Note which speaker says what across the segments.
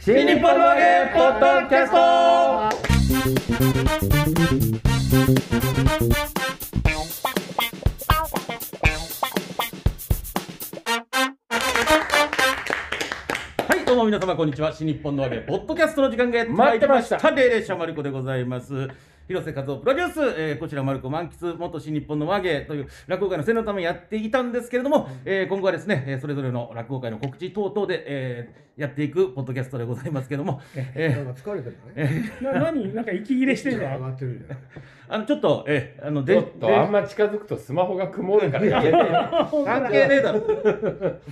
Speaker 1: 新日本の揚げポッドキャストはいどうも皆様こんにちは新日本の揚げポッドキャストの時間がやってまいりました
Speaker 2: 待
Speaker 1: 霊霊社マルコでございます広瀬和夫プロデュース、えーこちらマルコ満喫元新日本の和芸という落語界の宣伝のためにやっていたんですけれども、えー今後はですね、えーそれぞれの落語界の告知等々で、えーやっていくポッドキャストでございますけれども、えー
Speaker 3: なんか疲れてるね。
Speaker 2: な何なんか息切れしてる
Speaker 3: 上
Speaker 2: の
Speaker 3: がってるじゃない。
Speaker 1: あのちょっと、えーあの
Speaker 4: ち
Speaker 1: で
Speaker 4: ょっとあんま近づくとスマホが曇るからやめてよ
Speaker 1: 関係ねえだろ。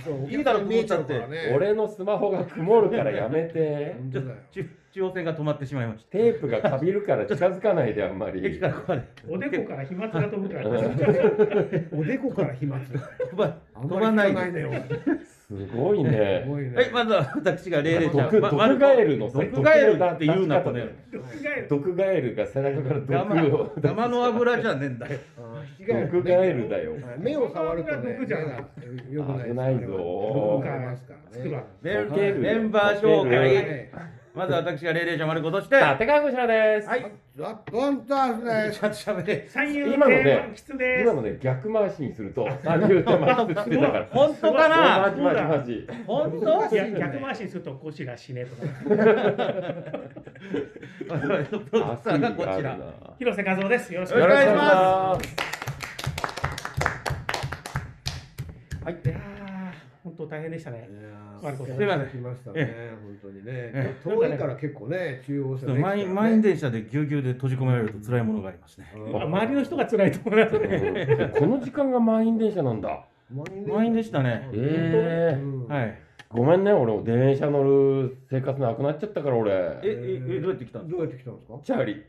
Speaker 3: そう
Speaker 1: いいだろ見えちゃって
Speaker 3: お客さん見えちゃうからね。
Speaker 4: 俺のスマホが曇るからやめて
Speaker 3: 本当だよ。
Speaker 1: 中中央線が止まってしまいました。
Speaker 4: テープがかびるから近づかないであんまり
Speaker 1: 駅からここまで
Speaker 2: おでこから飛沫が飛ぶから、
Speaker 3: おでこから飛沫。
Speaker 1: 飛ば
Speaker 3: あん
Speaker 1: 飛
Speaker 3: ま
Speaker 1: ば
Speaker 3: り
Speaker 1: ない
Speaker 3: 聞
Speaker 1: で
Speaker 3: かないね。俺
Speaker 4: すごい
Speaker 3: す
Speaker 4: ね
Speaker 3: ごいね。
Speaker 1: はい、まずは私が霊霊者
Speaker 4: 毒
Speaker 1: ま
Speaker 4: 毒
Speaker 1: まる
Speaker 4: ガエルのさ
Speaker 1: 毒ガエルって言うな、
Speaker 4: 毒
Speaker 1: こ
Speaker 4: の
Speaker 1: れ
Speaker 4: 出。
Speaker 2: 毒ガエル
Speaker 4: 毒ガエルが背中から毒を
Speaker 1: ダマの油じゃねえんだよ。
Speaker 3: あー引き換え
Speaker 4: 毒
Speaker 3: るね
Speaker 4: ガエルだよ
Speaker 3: 目を触るとね、
Speaker 2: 毒じゃない
Speaker 3: 目が良くない。
Speaker 4: 危ないぞ
Speaker 3: 良くなりますか
Speaker 2: つ
Speaker 3: ら
Speaker 2: くば
Speaker 3: ね。
Speaker 1: メン
Speaker 4: 溶ける
Speaker 1: メンバー紹
Speaker 4: 溶け
Speaker 1: 介。
Speaker 4: る
Speaker 3: ね
Speaker 1: まずは私が霊霊者丸子として。は
Speaker 4: 立川こちらです
Speaker 1: い。
Speaker 3: ラッドアンターズです。
Speaker 1: ちゃんと喋れ。
Speaker 2: 三遊亭
Speaker 4: 今のね
Speaker 2: 満喫です
Speaker 4: 今のね逆回しにすると三流とマックスってだから
Speaker 1: 本当か
Speaker 4: マ
Speaker 1: な
Speaker 4: ジマジマジ
Speaker 1: 本当
Speaker 2: いや逆回しにするとこしらしねとか
Speaker 1: 我々のプロデューサーがこちら。
Speaker 4: よ
Speaker 2: 広瀬和夫ですよろしくお
Speaker 4: ろしく
Speaker 2: 願
Speaker 4: お
Speaker 2: いし
Speaker 4: 願いし
Speaker 2: ま
Speaker 4: ます
Speaker 2: すいやー本当大変でしたね悪くない
Speaker 3: いやー来ましたね、本当にね。遠いから結構ね、中央線
Speaker 1: 満員満員電車でぎゅうぎゅうで閉じ込められると辛いものがありますね。
Speaker 2: あ周りの人が辛いと思いますね
Speaker 4: うんこの時間が満員電車なんだ。
Speaker 1: 満員でしたね
Speaker 4: ええ
Speaker 3: うん
Speaker 1: はい。
Speaker 4: ごめんね、俺電車乗る生活なくなっちゃったから
Speaker 1: え、
Speaker 4: 俺。
Speaker 1: え、えどうやって来たんです
Speaker 3: どうやって来たんですか
Speaker 4: チャーリー。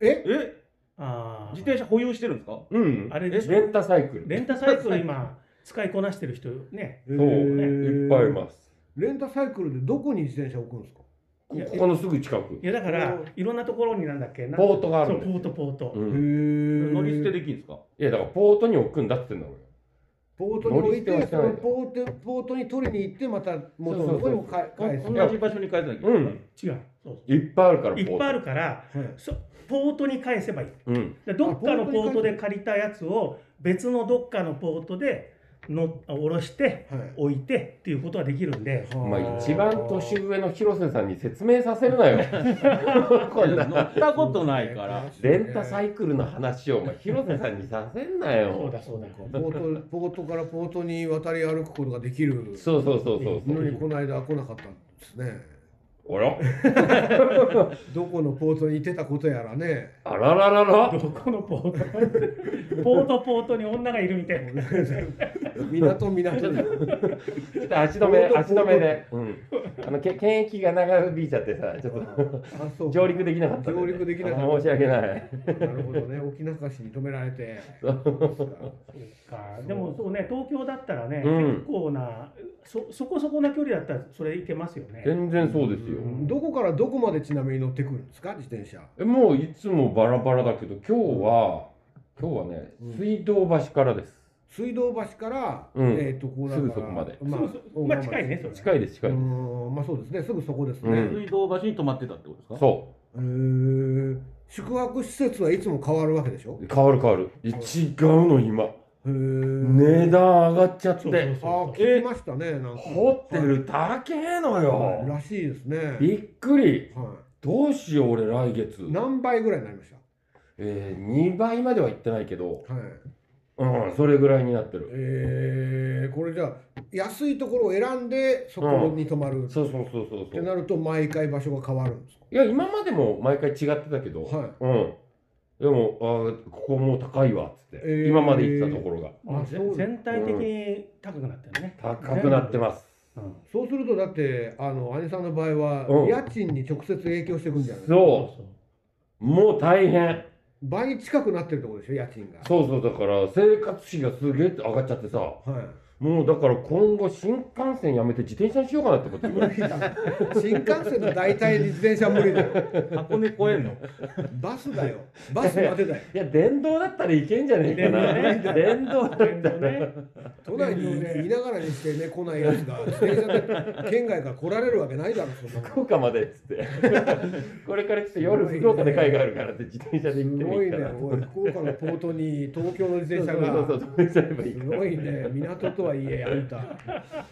Speaker 3: え
Speaker 1: かえ
Speaker 2: あ
Speaker 1: 自
Speaker 2: ー
Speaker 1: 転車保有してるんですか
Speaker 4: うん。
Speaker 2: あれでしょ
Speaker 4: レンタサイクル。
Speaker 2: レンタサイクル今使いこなしてる人ね
Speaker 4: そう、いっぱいいます。
Speaker 3: レンタサイクルでどこに自転車置くんですか
Speaker 4: こここのすぐ近く
Speaker 2: い。やだからいろんなところになんだっけな
Speaker 4: ポートがある
Speaker 2: そ
Speaker 4: ん
Speaker 2: う
Speaker 4: だ
Speaker 2: ポ
Speaker 4: よ
Speaker 2: ートポート、
Speaker 4: うん
Speaker 3: へ
Speaker 1: 乗り捨てできるんですか
Speaker 4: いや、だからポートに置くんだって言うんだ俺。
Speaker 3: ポートに置い
Speaker 4: 乗り
Speaker 3: て
Speaker 4: 捨ては
Speaker 3: そ
Speaker 4: してない
Speaker 3: のポートポートに取りに行ってまた元のところにもか返す
Speaker 1: 同じ場所に帰ってなきゃ
Speaker 4: う
Speaker 1: い
Speaker 4: ん。
Speaker 2: 違うそう
Speaker 4: いっぱいあるから、ポ
Speaker 2: い
Speaker 4: ート。
Speaker 2: っぱいあるから
Speaker 3: はい
Speaker 2: そポートに返せばいい
Speaker 4: うん。
Speaker 2: でどっかのポートで借りたやつを別のどっかのポートでの下ろして
Speaker 3: はい
Speaker 2: 置いてっていうことはできるんで
Speaker 4: まあ、一番年上の広瀬さんに説明させるなよ。 こん
Speaker 1: けない。
Speaker 4: な。
Speaker 1: 乗ったことないから。
Speaker 4: レンタサ
Speaker 3: イ
Speaker 4: イクルの話を、お前広瀬さんにさせんな
Speaker 2: そう
Speaker 4: よ。
Speaker 2: だそうだ
Speaker 3: ポートポートからポートに渡り歩くことができる
Speaker 4: そうそうそうそうそ
Speaker 3: のに
Speaker 4: う。
Speaker 3: この間来なかったんですね
Speaker 4: あら
Speaker 3: どこのポートにいてたことやらね
Speaker 4: あらららら。
Speaker 2: どこのポートポートポートに女がいるみたいな
Speaker 3: 港港 に
Speaker 4: ちょっと足止め、
Speaker 3: ポート
Speaker 4: 足止めで、うん、あのけ検疫が長引いちゃってさ、ちょっ
Speaker 3: あそ
Speaker 4: と
Speaker 3: う
Speaker 4: 上陸できなかったんだよ
Speaker 3: 上
Speaker 4: ね、
Speaker 3: 陸できなかった
Speaker 4: あ申し訳ない。
Speaker 3: なるほどね沖中市に止められて
Speaker 2: そうかでもそうね東京だったらね、
Speaker 4: うん
Speaker 2: 結構なそそこそこな距離だったらそれいけますよね
Speaker 4: 全然そうですよ。
Speaker 3: どこからどこまでちなみに乗ってくるんですか自転車
Speaker 4: えもういつもバラバラだけど、今日は、今日はね
Speaker 3: うん、
Speaker 4: 水道橋からです。
Speaker 3: 水道橋から、
Speaker 4: うん
Speaker 3: えっ、とこうだから
Speaker 4: すぐそこまで
Speaker 3: まあ
Speaker 2: そうそうまあ近いねそれ
Speaker 4: 近いです、近
Speaker 3: う
Speaker 4: い
Speaker 3: ー
Speaker 4: で
Speaker 3: んまあそうですねすぐそこです
Speaker 4: う
Speaker 3: ね、
Speaker 4: ん
Speaker 1: 水道橋に止まってたってことですか
Speaker 4: す。そ
Speaker 3: へー宿泊施設はいつも変わるわけでしょ
Speaker 4: う、変わる変わる。い違うの、今。
Speaker 3: へえ
Speaker 4: 値段上がっちゃっ
Speaker 2: そうそう
Speaker 4: て、
Speaker 3: あ
Speaker 2: そ
Speaker 3: ー
Speaker 2: う
Speaker 3: 聞きましたねなんか
Speaker 4: ホテル高えの
Speaker 3: はい
Speaker 4: よ。
Speaker 3: らしいですねはい
Speaker 4: びっくり。どうしよう、俺、来月。
Speaker 3: 何倍ぐらいになりまし
Speaker 4: えー、2倍までは行ってないけど、
Speaker 3: たはい
Speaker 4: うん、それぐらいになってる。
Speaker 3: えー、これじゃあ安いところを選んでそこに泊まる、っ
Speaker 4: そうそうそうそうそ
Speaker 3: て
Speaker 4: う。
Speaker 3: なると毎回場所が変わるんですか
Speaker 4: いや今までも毎回違ってたけど、
Speaker 3: はい
Speaker 4: うん。でもあーここもう高いわっつって、
Speaker 3: えー
Speaker 4: 今まで行ってたところが
Speaker 2: まあ
Speaker 3: あそう
Speaker 2: 全体的に高くなったよね、
Speaker 4: 高くなってます。
Speaker 2: うん
Speaker 3: そうするとだってあの兄さんの場合は、
Speaker 4: うん
Speaker 3: 家賃に直接影響していくんじゃない
Speaker 4: そ
Speaker 2: そう
Speaker 4: う、もう大変。
Speaker 3: 倍近くなってるところでしょ家賃が
Speaker 4: そうそうだから生活費がすげえ上がっちゃってさ、
Speaker 3: はい
Speaker 4: もうだから今後新幹線やめて自転車にしようかなってこと
Speaker 3: 無理だ新幹線の代替に自転車無理だよ
Speaker 1: 箱根越えんの
Speaker 3: バスだよバスまでだよ
Speaker 4: いや電動だったらいけんじゃねえかな電動だったら
Speaker 2: ね
Speaker 3: 都内にいながらにしてね来ないやつが自転車で県外から来られるわけないだろそん な
Speaker 4: 福岡までっつってこれからちょっと夜福岡で会があるからって自転車で行っ
Speaker 3: す
Speaker 4: ても
Speaker 3: ご
Speaker 4: いい
Speaker 3: い
Speaker 4: か
Speaker 3: ね
Speaker 4: な
Speaker 3: おい福岡のポートに東京の自
Speaker 4: そう
Speaker 3: 転車
Speaker 4: そうそう
Speaker 3: が
Speaker 4: そう止めちゃえばいい
Speaker 3: すごいね港とはいえあんた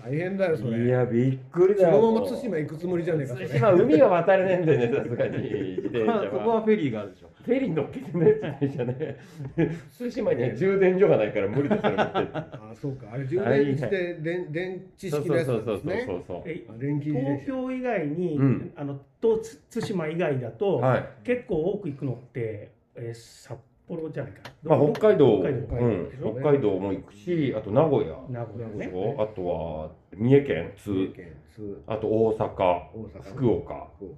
Speaker 3: 大変だよそ
Speaker 4: い
Speaker 3: れ
Speaker 4: やびっくり
Speaker 3: そ
Speaker 4: だよ
Speaker 3: のまま対馬行くつもりじゃねえかそ
Speaker 4: 対
Speaker 3: れ
Speaker 4: 馬海は渡れねえんだよねさすがに自転車
Speaker 1: まあそこ
Speaker 4: は
Speaker 1: はフェリーがあるでしょ
Speaker 4: フェリー乗っけてない自転車 ね対馬には充電所がないから無理だそれ持ってって
Speaker 3: ああそうかあれ充電して電電池
Speaker 4: そう
Speaker 3: 式
Speaker 4: そ
Speaker 3: の
Speaker 4: う
Speaker 3: やつ
Speaker 4: そ
Speaker 3: な
Speaker 4: うんそ
Speaker 3: で
Speaker 4: う
Speaker 3: すね
Speaker 4: そうそう
Speaker 2: え
Speaker 3: 電気自転車
Speaker 2: 東京以外に、
Speaker 4: うん
Speaker 2: あのとつ対馬以外だと、
Speaker 4: はい
Speaker 2: 結構多く行くのって、えー札幌じゃないかな
Speaker 4: まあ北海道
Speaker 2: 北海道
Speaker 3: 北海道
Speaker 4: うん北海道も行くしあと名古屋
Speaker 2: 名古屋
Speaker 4: でし
Speaker 2: ね
Speaker 4: ょあとは三重県
Speaker 3: 三重
Speaker 4: 津
Speaker 3: 県津
Speaker 4: あと大阪
Speaker 3: 大阪
Speaker 4: 福岡
Speaker 3: 福岡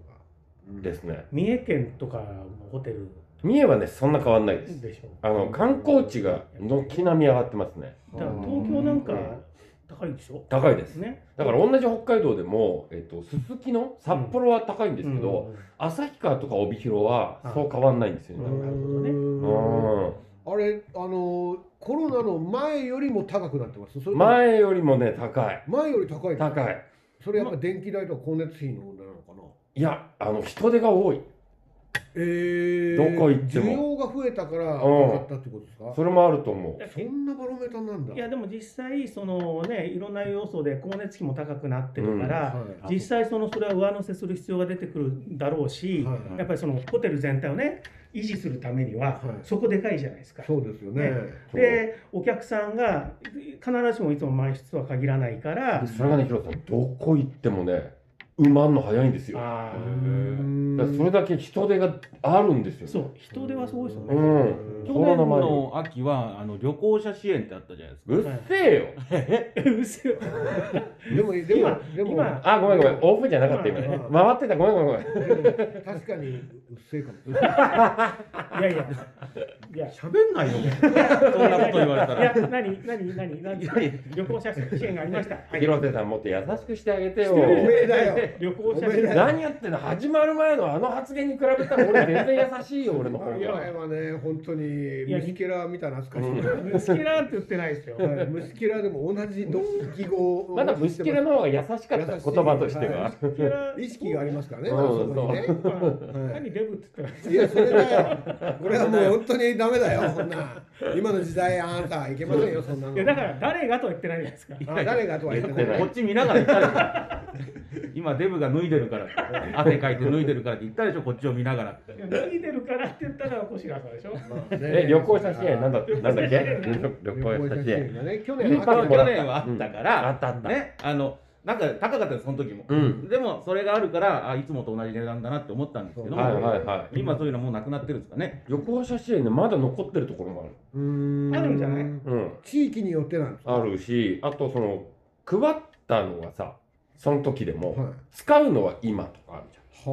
Speaker 3: うん
Speaker 4: ですね
Speaker 2: 三重県とかのホテル
Speaker 4: 三重はねそんな変わんないです
Speaker 2: でしょ
Speaker 4: あの観光地が軒並み上がってますね
Speaker 2: だから東京なんか
Speaker 4: うん
Speaker 2: 高いでしょ
Speaker 4: 高いです
Speaker 2: ね
Speaker 4: だから同じ北海道でも、えっと、すすきの札幌は高いんですけど、旭川とか帯広はそう変わんないんですよ
Speaker 3: う
Speaker 4: ね、
Speaker 2: なるほどね
Speaker 3: んあれあのコロナの前よりも高くなってますそれと
Speaker 4: う
Speaker 3: も
Speaker 4: ん前よりもね高い
Speaker 3: 前より高いの
Speaker 4: 高い
Speaker 3: それやっぱ電気代とか光熱費の問題なのかない
Speaker 4: やあの人手が多い
Speaker 3: えー
Speaker 4: どこ行って
Speaker 3: 需
Speaker 4: も
Speaker 3: 要が増えたから
Speaker 4: うん
Speaker 3: 上がったってことですか
Speaker 4: それもあると思う
Speaker 2: だ
Speaker 3: そんなバロメーターなんだ
Speaker 2: いやでも実際そのねいろんな要素で光熱費も高くなってるから、
Speaker 3: は
Speaker 2: 実際そのそれは上乗せする必要が出てくるだろう
Speaker 3: い
Speaker 2: し、
Speaker 3: はい
Speaker 2: やっぱりそのホテル全体をね維持するためには、
Speaker 3: はい
Speaker 2: そこでかいじゃないですか。
Speaker 3: そうですよね
Speaker 4: そう
Speaker 2: でお客さんが必ずしもいつも満室とは限らないから
Speaker 4: でそれがねヒロさんどこ行ってもね埋まんの早いんですよ
Speaker 2: あ
Speaker 3: う
Speaker 2: ー
Speaker 4: だからそれ
Speaker 3: ん
Speaker 4: だけ人手があるんですよ
Speaker 2: そう人手はすごいですよね。
Speaker 4: う
Speaker 2: は
Speaker 4: ん
Speaker 1: 去
Speaker 4: コロ
Speaker 1: 年
Speaker 4: ナ前に
Speaker 1: の秋はあの旅行者支援ってあったじゃない ですか
Speaker 4: うっせえよ
Speaker 2: いうっせよ
Speaker 3: でもでもでも
Speaker 2: 今
Speaker 4: あごめんごめんオープンじゃなかった今ね
Speaker 3: うん
Speaker 4: 回ってたごめんごめんごめん
Speaker 3: でも確かにうっせえかもしれない
Speaker 2: いやいやいや
Speaker 1: 喋んないよもうそんなこと言われた
Speaker 2: い
Speaker 1: ら
Speaker 2: や何何何何
Speaker 1: いやいや
Speaker 2: 旅行者支援がありました。はい
Speaker 4: 広瀬さんもっと優しくしてあげてよ
Speaker 2: して
Speaker 3: おめえだよ
Speaker 2: 旅行者支
Speaker 3: ごめんな
Speaker 2: 援
Speaker 3: さい
Speaker 4: 何やってんの始まる前のあの発言に比べたら俺全然優しいよ俺の方
Speaker 3: 前
Speaker 4: が
Speaker 3: はね本当に虫けらみたいな懐かしい
Speaker 2: 虫けらって言ってないですよ。
Speaker 3: はい虫けらでも同じ同義語を
Speaker 4: まだ虫けらの方が優しかった言葉としては
Speaker 2: 虫けら
Speaker 3: 意識がありますからね、
Speaker 4: うん
Speaker 3: あそこにね。は
Speaker 2: 何デブって言ってない
Speaker 3: いや、それだよ。これはもう本当にダメだよ、こんな。今の時代、あなたいけませんよ、そんなの。
Speaker 2: いやだから誰がとは言ってないじゃないですか。
Speaker 3: あ誰がとは言ってない。
Speaker 1: こっち見ながら言ったでしょ今デブが脱いでるからって汗かいて脱いでるからって言ったでしょこっちを見ながらって
Speaker 2: いや脱いでるからって言ったら小白さんでしょ。
Speaker 3: まあね
Speaker 4: え旅行写真なんだなんだっけ
Speaker 3: 旅
Speaker 4: 旅
Speaker 3: 行
Speaker 4: 行
Speaker 3: 写真
Speaker 4: 写真
Speaker 3: がね、去
Speaker 1: 去
Speaker 3: 年
Speaker 4: パ
Speaker 3: 秋
Speaker 4: ックもらった
Speaker 1: 年はあったか
Speaker 4: あ
Speaker 1: ら、
Speaker 4: ったあった
Speaker 1: ねあのなんか高かったですその時も、
Speaker 4: うん
Speaker 1: でもそれがあるからあいつもと同じ値段だなって思ったんですけども、
Speaker 4: はいはいはい
Speaker 1: 今そういうのもうなくなってるんですかね
Speaker 4: 旅行写真ねまだ残ってるところも
Speaker 3: うー
Speaker 2: あるんじゃない
Speaker 4: あるうん
Speaker 3: 地域によってなんですか。
Speaker 4: あるしあとその配ったのはさその時で
Speaker 3: は
Speaker 4: も、
Speaker 3: い。は
Speaker 4: 使うのは今とかあるじ
Speaker 3: あ、え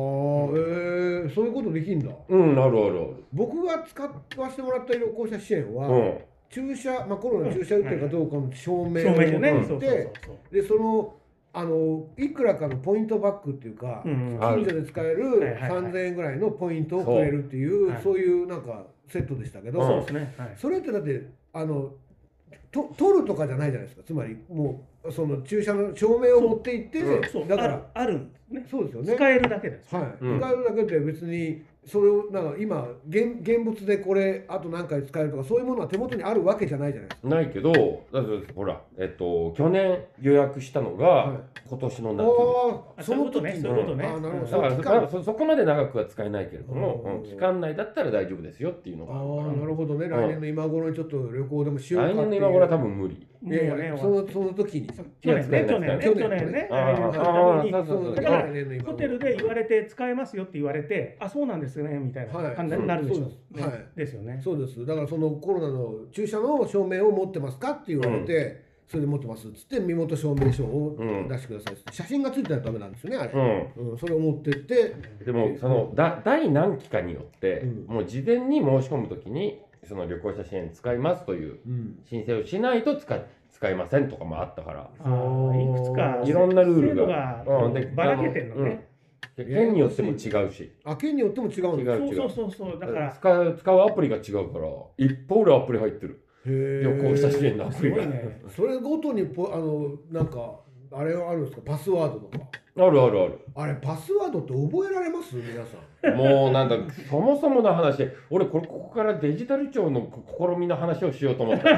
Speaker 3: ー、そういうことできんだ。
Speaker 4: ゃんうんあるある
Speaker 3: 僕が使わせてもらった旅行者支援
Speaker 4: あ
Speaker 3: は、
Speaker 4: るうん
Speaker 3: 注射、まあ、コロナの注射打ってるかどうかの証明
Speaker 2: 正
Speaker 3: を
Speaker 2: 面でね。
Speaker 4: うん
Speaker 2: そうそうそう
Speaker 3: でそのあのいくらかのポイントバッグっていうか、
Speaker 2: そう。うん
Speaker 4: あ
Speaker 3: 近所で使える
Speaker 2: はいはいはい
Speaker 3: 3,000円ぐらいのポイントをくれるっていう
Speaker 2: そう
Speaker 3: そういうなんかセットでしたけど、
Speaker 4: うん
Speaker 2: そうですね。はい。
Speaker 3: それってだってあのと取るとかじゃないじゃないですかつまりもうその注射の証明を持っていって
Speaker 4: そう
Speaker 2: そう
Speaker 3: だか
Speaker 2: ある
Speaker 3: ら
Speaker 2: あるんですね。
Speaker 3: そうですよね。
Speaker 2: 使えるだけです。
Speaker 3: はい、
Speaker 4: うん
Speaker 3: 使えるだけで別にそれをなんか今現現物でこれあと何回使えるとかそういうものは手元にあるわけじゃないじゃないですか。
Speaker 4: ないけどだってほらえっと去年予約したのが、
Speaker 3: はい
Speaker 4: 今年の夏
Speaker 3: ああ
Speaker 2: あそういうことね。そういうことね。
Speaker 3: あなるほど
Speaker 4: だからそ
Speaker 3: 期間
Speaker 4: まあそそこまで長くは使えないけれども、
Speaker 3: うん
Speaker 4: うん期間内だったら大丈夫ですよっていうの
Speaker 3: あ
Speaker 4: があ
Speaker 3: あ
Speaker 4: る
Speaker 3: なるほどね、
Speaker 4: ん
Speaker 3: 来年の今頃にちょっと旅行でもしようか
Speaker 4: か
Speaker 3: っ
Speaker 4: ら
Speaker 3: て
Speaker 4: 来
Speaker 3: いう
Speaker 4: 年の今頃は多分無理
Speaker 2: も
Speaker 3: いうやいや
Speaker 2: ね。
Speaker 3: そのその時にさ
Speaker 2: 去年ね。去年ね。去年ね。
Speaker 4: あああああ
Speaker 2: 去年
Speaker 4: そう
Speaker 2: に
Speaker 4: そうそう
Speaker 2: だから
Speaker 3: 来年の今頃
Speaker 2: ホテルで言われて使えますよって言われて、あそうなんですねみたいな感じになるでしょ
Speaker 3: はいそう。です
Speaker 2: ね
Speaker 3: はい
Speaker 2: ですよね。
Speaker 3: そうですだからそのコロナの注射の証明を持ってますかって言われて、それで持ってますっつって身元証明書を
Speaker 4: うん
Speaker 3: 出してくださいっつって、写真がついてないとダメなんですよねあれ、
Speaker 4: う
Speaker 3: うん
Speaker 4: ん
Speaker 3: それを持ってって
Speaker 4: でもそのだ第何期かによって、
Speaker 3: うん
Speaker 4: もう事前に申し込むときにその旅行者支援使いますという
Speaker 3: うん
Speaker 4: 申請をしないと使え使いませんとかもあったから
Speaker 2: あーいくつか
Speaker 4: いろんなルールが
Speaker 2: 制度が
Speaker 4: うんで
Speaker 2: ばらけてるのね、
Speaker 4: で県によっても違うし
Speaker 3: あ県によっても違うんだ
Speaker 4: 違う
Speaker 2: そうそうそうそうだから
Speaker 4: 使う使うアプリが違うから一方でアプリ入ってる
Speaker 3: 旅
Speaker 4: 旅行した支援のアプ
Speaker 2: す
Speaker 4: リ
Speaker 2: ご
Speaker 4: が、
Speaker 2: いね
Speaker 3: それごとにポあのなんかあれはあるんですかパスワードとか
Speaker 4: あるあるある
Speaker 3: あれパスワードって覚えられます皆さん
Speaker 4: もうなんかそもそもの話俺これここからデジタル庁の試みの話をしよう と思った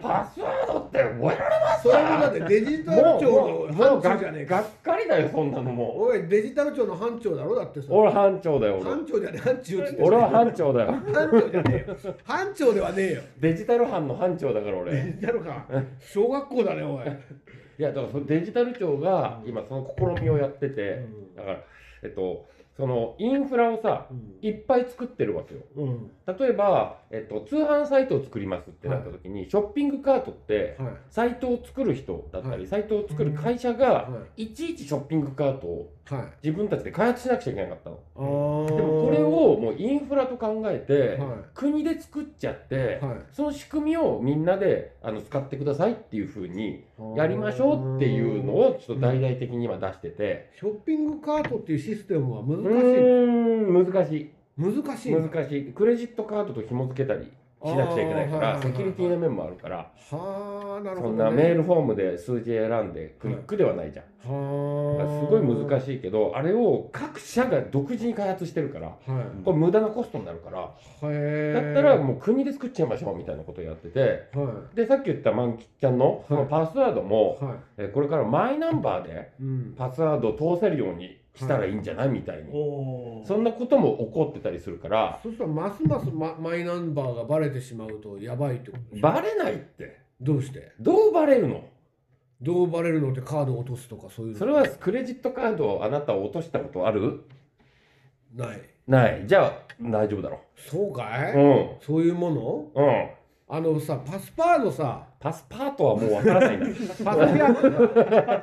Speaker 4: パスワードって覚えられ
Speaker 3: それもだって デジタル
Speaker 4: もうも
Speaker 3: 庁の
Speaker 4: うも
Speaker 3: 班
Speaker 4: うが
Speaker 3: 長じゃねえ
Speaker 4: が
Speaker 3: か
Speaker 4: っかりだよそんなのも
Speaker 3: おいデジタル庁の班長だろだってさ
Speaker 4: う俺班長だよ俺
Speaker 3: 班長じゃねえ班長って
Speaker 4: 俺は班長だよ
Speaker 3: 班長じゃねえよ班長ではねえよ
Speaker 4: デジタル班の班長だから俺
Speaker 3: デジタルか小学校だねおい、
Speaker 4: いやだからそのデジタル庁が今その試みをやっててだからえっとそのインフラをさ
Speaker 3: うん
Speaker 4: いっぱい作ってるわけよ
Speaker 3: うん
Speaker 4: 例えば、えっと、通販サイトを作りますってなった時に、ショッピングカートって
Speaker 3: はい
Speaker 4: サイトを作る人だったり、
Speaker 3: はい
Speaker 4: サイトを作る会社が
Speaker 3: はい
Speaker 4: いちいちショッピングカートを
Speaker 3: はい
Speaker 4: 自分たちで開発しなくちゃいけなかったの。
Speaker 3: あー
Speaker 4: でもこれをもうインフラと考えて、
Speaker 3: は
Speaker 4: 国で作っちゃって
Speaker 3: い、は
Speaker 4: その仕組みをみんなであの使ってくださいっていうふうに
Speaker 3: い
Speaker 4: やりましょうっていうのをちょっと大々的に今出してて、
Speaker 3: ショッピングカートっていうシステムは難
Speaker 4: う
Speaker 3: しい
Speaker 4: ーん難しい
Speaker 3: 難しい
Speaker 4: 難しいクレジットカードと紐付けたりしなくちゃいけないか
Speaker 3: あ
Speaker 4: ら
Speaker 3: ー
Speaker 4: セキュリティの面もあるから
Speaker 3: はあなるほ
Speaker 4: そ
Speaker 3: ど、ね、
Speaker 4: んなメールフォームで数字選んでクリックではないじゃんだから
Speaker 3: は
Speaker 4: すごい難
Speaker 3: し
Speaker 4: しいけどあれを各社が独自に開発してるから
Speaker 3: いはい
Speaker 4: これ無駄なコストになるから
Speaker 3: へ
Speaker 4: だ
Speaker 3: ー
Speaker 4: ったらもう国で作っちゃいましょうみたいなことをやってて
Speaker 3: はい
Speaker 4: でさっき言ったマンキちゃんのそのパスワードも
Speaker 3: は
Speaker 4: えーこれからマイナンバーで
Speaker 3: いうん
Speaker 4: パスワードを通せるようにしたらいいんじゃないみたいに
Speaker 2: おー
Speaker 4: そんなことも起こってたりするから
Speaker 3: そしたらますますママイナンバーがバレてしまうとやばいってことでしょ
Speaker 4: バレないって
Speaker 3: どうして
Speaker 4: どうバレるの
Speaker 3: どうバレるのってカードを落とすとかそういうの
Speaker 4: それはクレジットカードをあなたを落としたことある
Speaker 3: ない
Speaker 4: ないじゃあ大丈夫だろ
Speaker 3: そうかい、
Speaker 4: う
Speaker 3: そういうもの
Speaker 4: うんうん
Speaker 3: あのさパスパードさ
Speaker 4: パスパートはもうわからないんだ
Speaker 3: パスピア ノ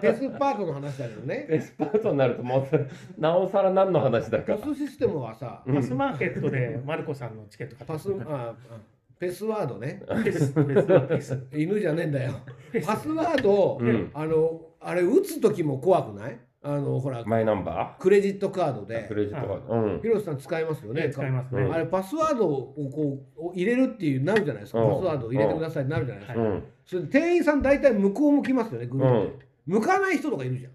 Speaker 3: ペスパートの話だけどね
Speaker 4: エスパートになるともうなおさら何の話だか
Speaker 3: パスシステムはさ
Speaker 4: うん
Speaker 2: パスマーケットでマルコさんのチケット買った
Speaker 3: パスああペスワードね
Speaker 2: ペスペスペス
Speaker 3: 犬じゃねえんだよ
Speaker 2: ペス
Speaker 3: パスワードを、
Speaker 4: うん
Speaker 3: あのあれ打つ時も怖くないあのほら
Speaker 4: マイナンバ
Speaker 3: クレジットカード
Speaker 4: ー
Speaker 3: で
Speaker 4: クレジットカードうん
Speaker 3: 広瀬さん使いますよね
Speaker 2: 使いますね、
Speaker 4: うん
Speaker 3: あれパスワードをこう入れるっていうなるじゃないですか、
Speaker 4: うん
Speaker 3: パスワードを入れてくださいになるじゃないですか、
Speaker 4: うん
Speaker 3: それで店員さん大体向こう向きますよねグル
Speaker 4: う
Speaker 3: ープ
Speaker 4: ん
Speaker 3: って、向かない人とかいるじゃん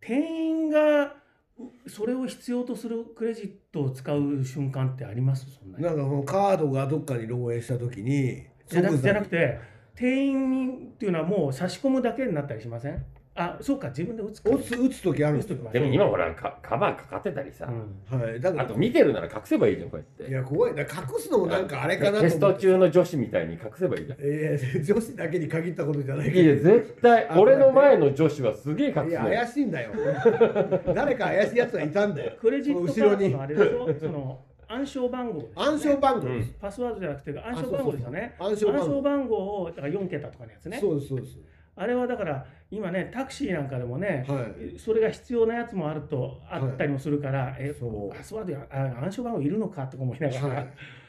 Speaker 2: 店員がうそれを必要とするクレジットを使う瞬間ってありますそんなに
Speaker 3: なんかこのカードがどっかに漏洩した時に
Speaker 2: じゃなくじゃなく
Speaker 3: て
Speaker 2: て店員っていうのはもう差し込むだけになったりしませんあそうか自分で打つか
Speaker 3: 打つ打つ時あるん
Speaker 2: 打
Speaker 3: で
Speaker 2: つ
Speaker 3: すよ
Speaker 2: とき、もあ
Speaker 4: で
Speaker 2: る
Speaker 4: も今ほらかカバーかかってたりさ
Speaker 2: うん
Speaker 3: はい、だか
Speaker 4: あ
Speaker 3: ら
Speaker 4: と見てるなら隠せばいいじゃんこうやっ
Speaker 3: い
Speaker 4: て
Speaker 3: や怖いな隠すのもなんかあれかなと
Speaker 4: テ
Speaker 3: 思
Speaker 4: ス
Speaker 3: って
Speaker 4: ト中の女子みたいに隠せばいいじゃん
Speaker 3: えー女子だけに限ったことじゃない
Speaker 4: いや
Speaker 3: け
Speaker 4: 絶対俺の前の女子はすげえ
Speaker 3: ど
Speaker 4: 隠
Speaker 3: い
Speaker 4: す
Speaker 3: や
Speaker 4: のよ
Speaker 3: 怪しいんだよ誰か怪しいやつがいたんだよ
Speaker 2: クレジットカ
Speaker 3: その後ろ
Speaker 2: ード
Speaker 3: に
Speaker 2: のあれでしょその暗証番号ですよね
Speaker 3: 暗証番号です、
Speaker 2: パスワードじゃなくて暗証番号ですよね
Speaker 3: 暗証
Speaker 2: 暗
Speaker 3: 番
Speaker 2: 証
Speaker 3: 号
Speaker 2: 番号をだから4桁とかのやつね
Speaker 3: そうですそうです
Speaker 2: あれはだから今ねタクシーなんかでもね、
Speaker 3: はい
Speaker 2: それが必要なやつもあるとあったりもするから、え
Speaker 3: そう
Speaker 2: パスワードやあ暗証番号いるのかとか思いながら、
Speaker 3: は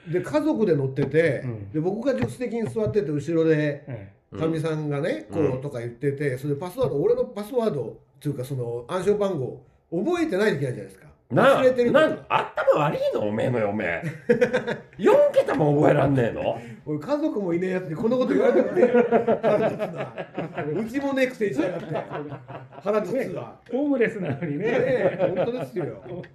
Speaker 3: い、で家族で乗ってて、
Speaker 2: うん
Speaker 3: で僕が助手席に座ってて後ろで
Speaker 2: うん
Speaker 3: かみさんがね、
Speaker 4: うん
Speaker 3: こうとか言っててそれでパスワード俺のパスワードっていうかその暗証番号覚えてないといけないじゃないですか
Speaker 4: な
Speaker 3: 忘れてると
Speaker 4: なん頭悪いのおめえの嫁4桁も覚えらんねえの
Speaker 3: 俺家族もいねえやつにこんなこと言われたくねえ腹立つなうちもねえくせにしやがって腹立つわ
Speaker 2: ホームレスなのに
Speaker 3: ね
Speaker 2: ね
Speaker 3: え本当ですよ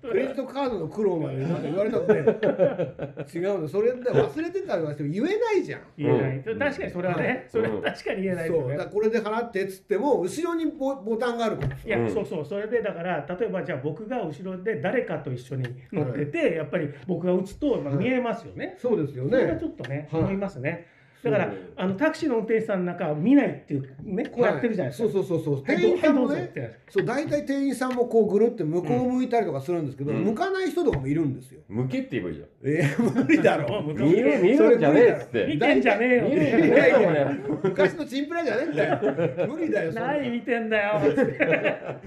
Speaker 3: クレジットカードの苦労までなんか言われたくねえ違うのそれで忘れてたりはしても言えないじゃん
Speaker 2: 言えない、
Speaker 4: うん
Speaker 2: 確かにそれはね、
Speaker 4: うん
Speaker 2: それは確かに言えないです
Speaker 3: そ
Speaker 2: よ
Speaker 3: う
Speaker 2: ね
Speaker 3: だからこれで払ってっつっても後ろにボボタンがあるから
Speaker 2: いや、
Speaker 4: うん
Speaker 2: そうそうそれでだから例えばじゃあ僕が後ろで誰かと一緒に乗ってて、やっぱり僕が打つと、まあ、
Speaker 3: はい
Speaker 2: 見えますよね、
Speaker 3: そうですよ
Speaker 2: それが
Speaker 3: ね
Speaker 2: ちょっとね、
Speaker 3: はい
Speaker 2: 思いますねだから
Speaker 4: そう
Speaker 2: あのタクシーの運転手さんなんかは見ないっていうねこうやってるじゃないですか、
Speaker 3: はいそうそうそうそう
Speaker 2: はい
Speaker 3: 店員さんも
Speaker 2: はいどうぞ
Speaker 3: ね
Speaker 2: ってなる
Speaker 3: そう大体店員さんもこうぐるって向こう向いたりとかするんですけど、
Speaker 4: うん
Speaker 3: 向かない人とかもいるんですよ、
Speaker 4: 向けって言えばいいじゃ
Speaker 3: えー、無理だろ
Speaker 2: もう向
Speaker 4: ん 見る見るんじゃねえっつって
Speaker 2: 見てんじゃねえよ
Speaker 4: 見るんじゃねえよお前
Speaker 3: 昔のチンピラじゃねえん だよ無理だよそんな
Speaker 2: 何見てんだよ
Speaker 3: そんなや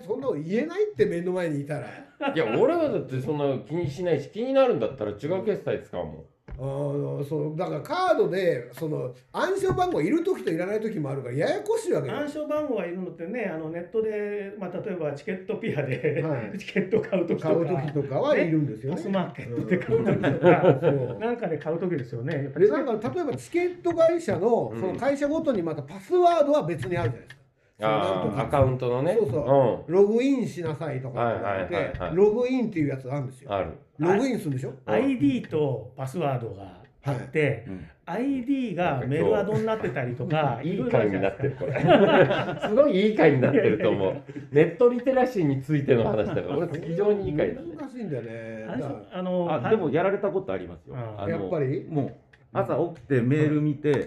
Speaker 3: つそんなこと言えないって目の前にいたら
Speaker 4: いや俺はだってそんな気にしないし気になるんだったら違う決済使うもん
Speaker 3: あのそうだからカードでその暗証番号いる時といらない時もあるからややこしいわけよ。
Speaker 2: 暗証番号がいるのってねあのネットで、まあ、例えばチケットピアで、
Speaker 3: はい
Speaker 2: チケット買う時と
Speaker 3: 買
Speaker 2: か
Speaker 3: う時とかはいるんですよ
Speaker 2: パ
Speaker 3: ね。
Speaker 2: スマーケットで買う時とか、
Speaker 3: そう
Speaker 2: なんかで買う時ですよねやっぱり
Speaker 3: でなんか例えばチケット会社の
Speaker 4: うん
Speaker 3: その会社ごとにまたパスワードは別にあるじゃないですか。
Speaker 4: あ
Speaker 3: そうな
Speaker 4: あ
Speaker 3: ん
Speaker 4: ア
Speaker 3: と
Speaker 4: カウントのね
Speaker 3: そうそうログインしなさいとかってなって、
Speaker 4: はいはいはいはい
Speaker 3: ログインっていうやつがあるんです
Speaker 4: う
Speaker 3: よ
Speaker 4: ん。ある
Speaker 3: ログインするんでしょ。
Speaker 2: ID とパスワードがあって、ID がメルアドになってたりとか
Speaker 4: い
Speaker 2: ろ
Speaker 4: い
Speaker 2: ろある
Speaker 4: 回
Speaker 2: じゃ
Speaker 4: に
Speaker 2: な
Speaker 4: ないっ
Speaker 2: で
Speaker 4: て
Speaker 2: す
Speaker 4: る
Speaker 2: か
Speaker 4: これすごいいい回になってると思うネットリテラシーについての話だから俺非常にいい回だね
Speaker 3: 難しいんだよね。だ
Speaker 2: 暗
Speaker 3: か
Speaker 2: 証あの
Speaker 1: あ
Speaker 2: パ
Speaker 1: でもやられたことありますよ。
Speaker 2: あー
Speaker 1: あ
Speaker 3: らや
Speaker 1: の
Speaker 3: っぱり。
Speaker 1: もう朝起きてメール見て、
Speaker 3: はい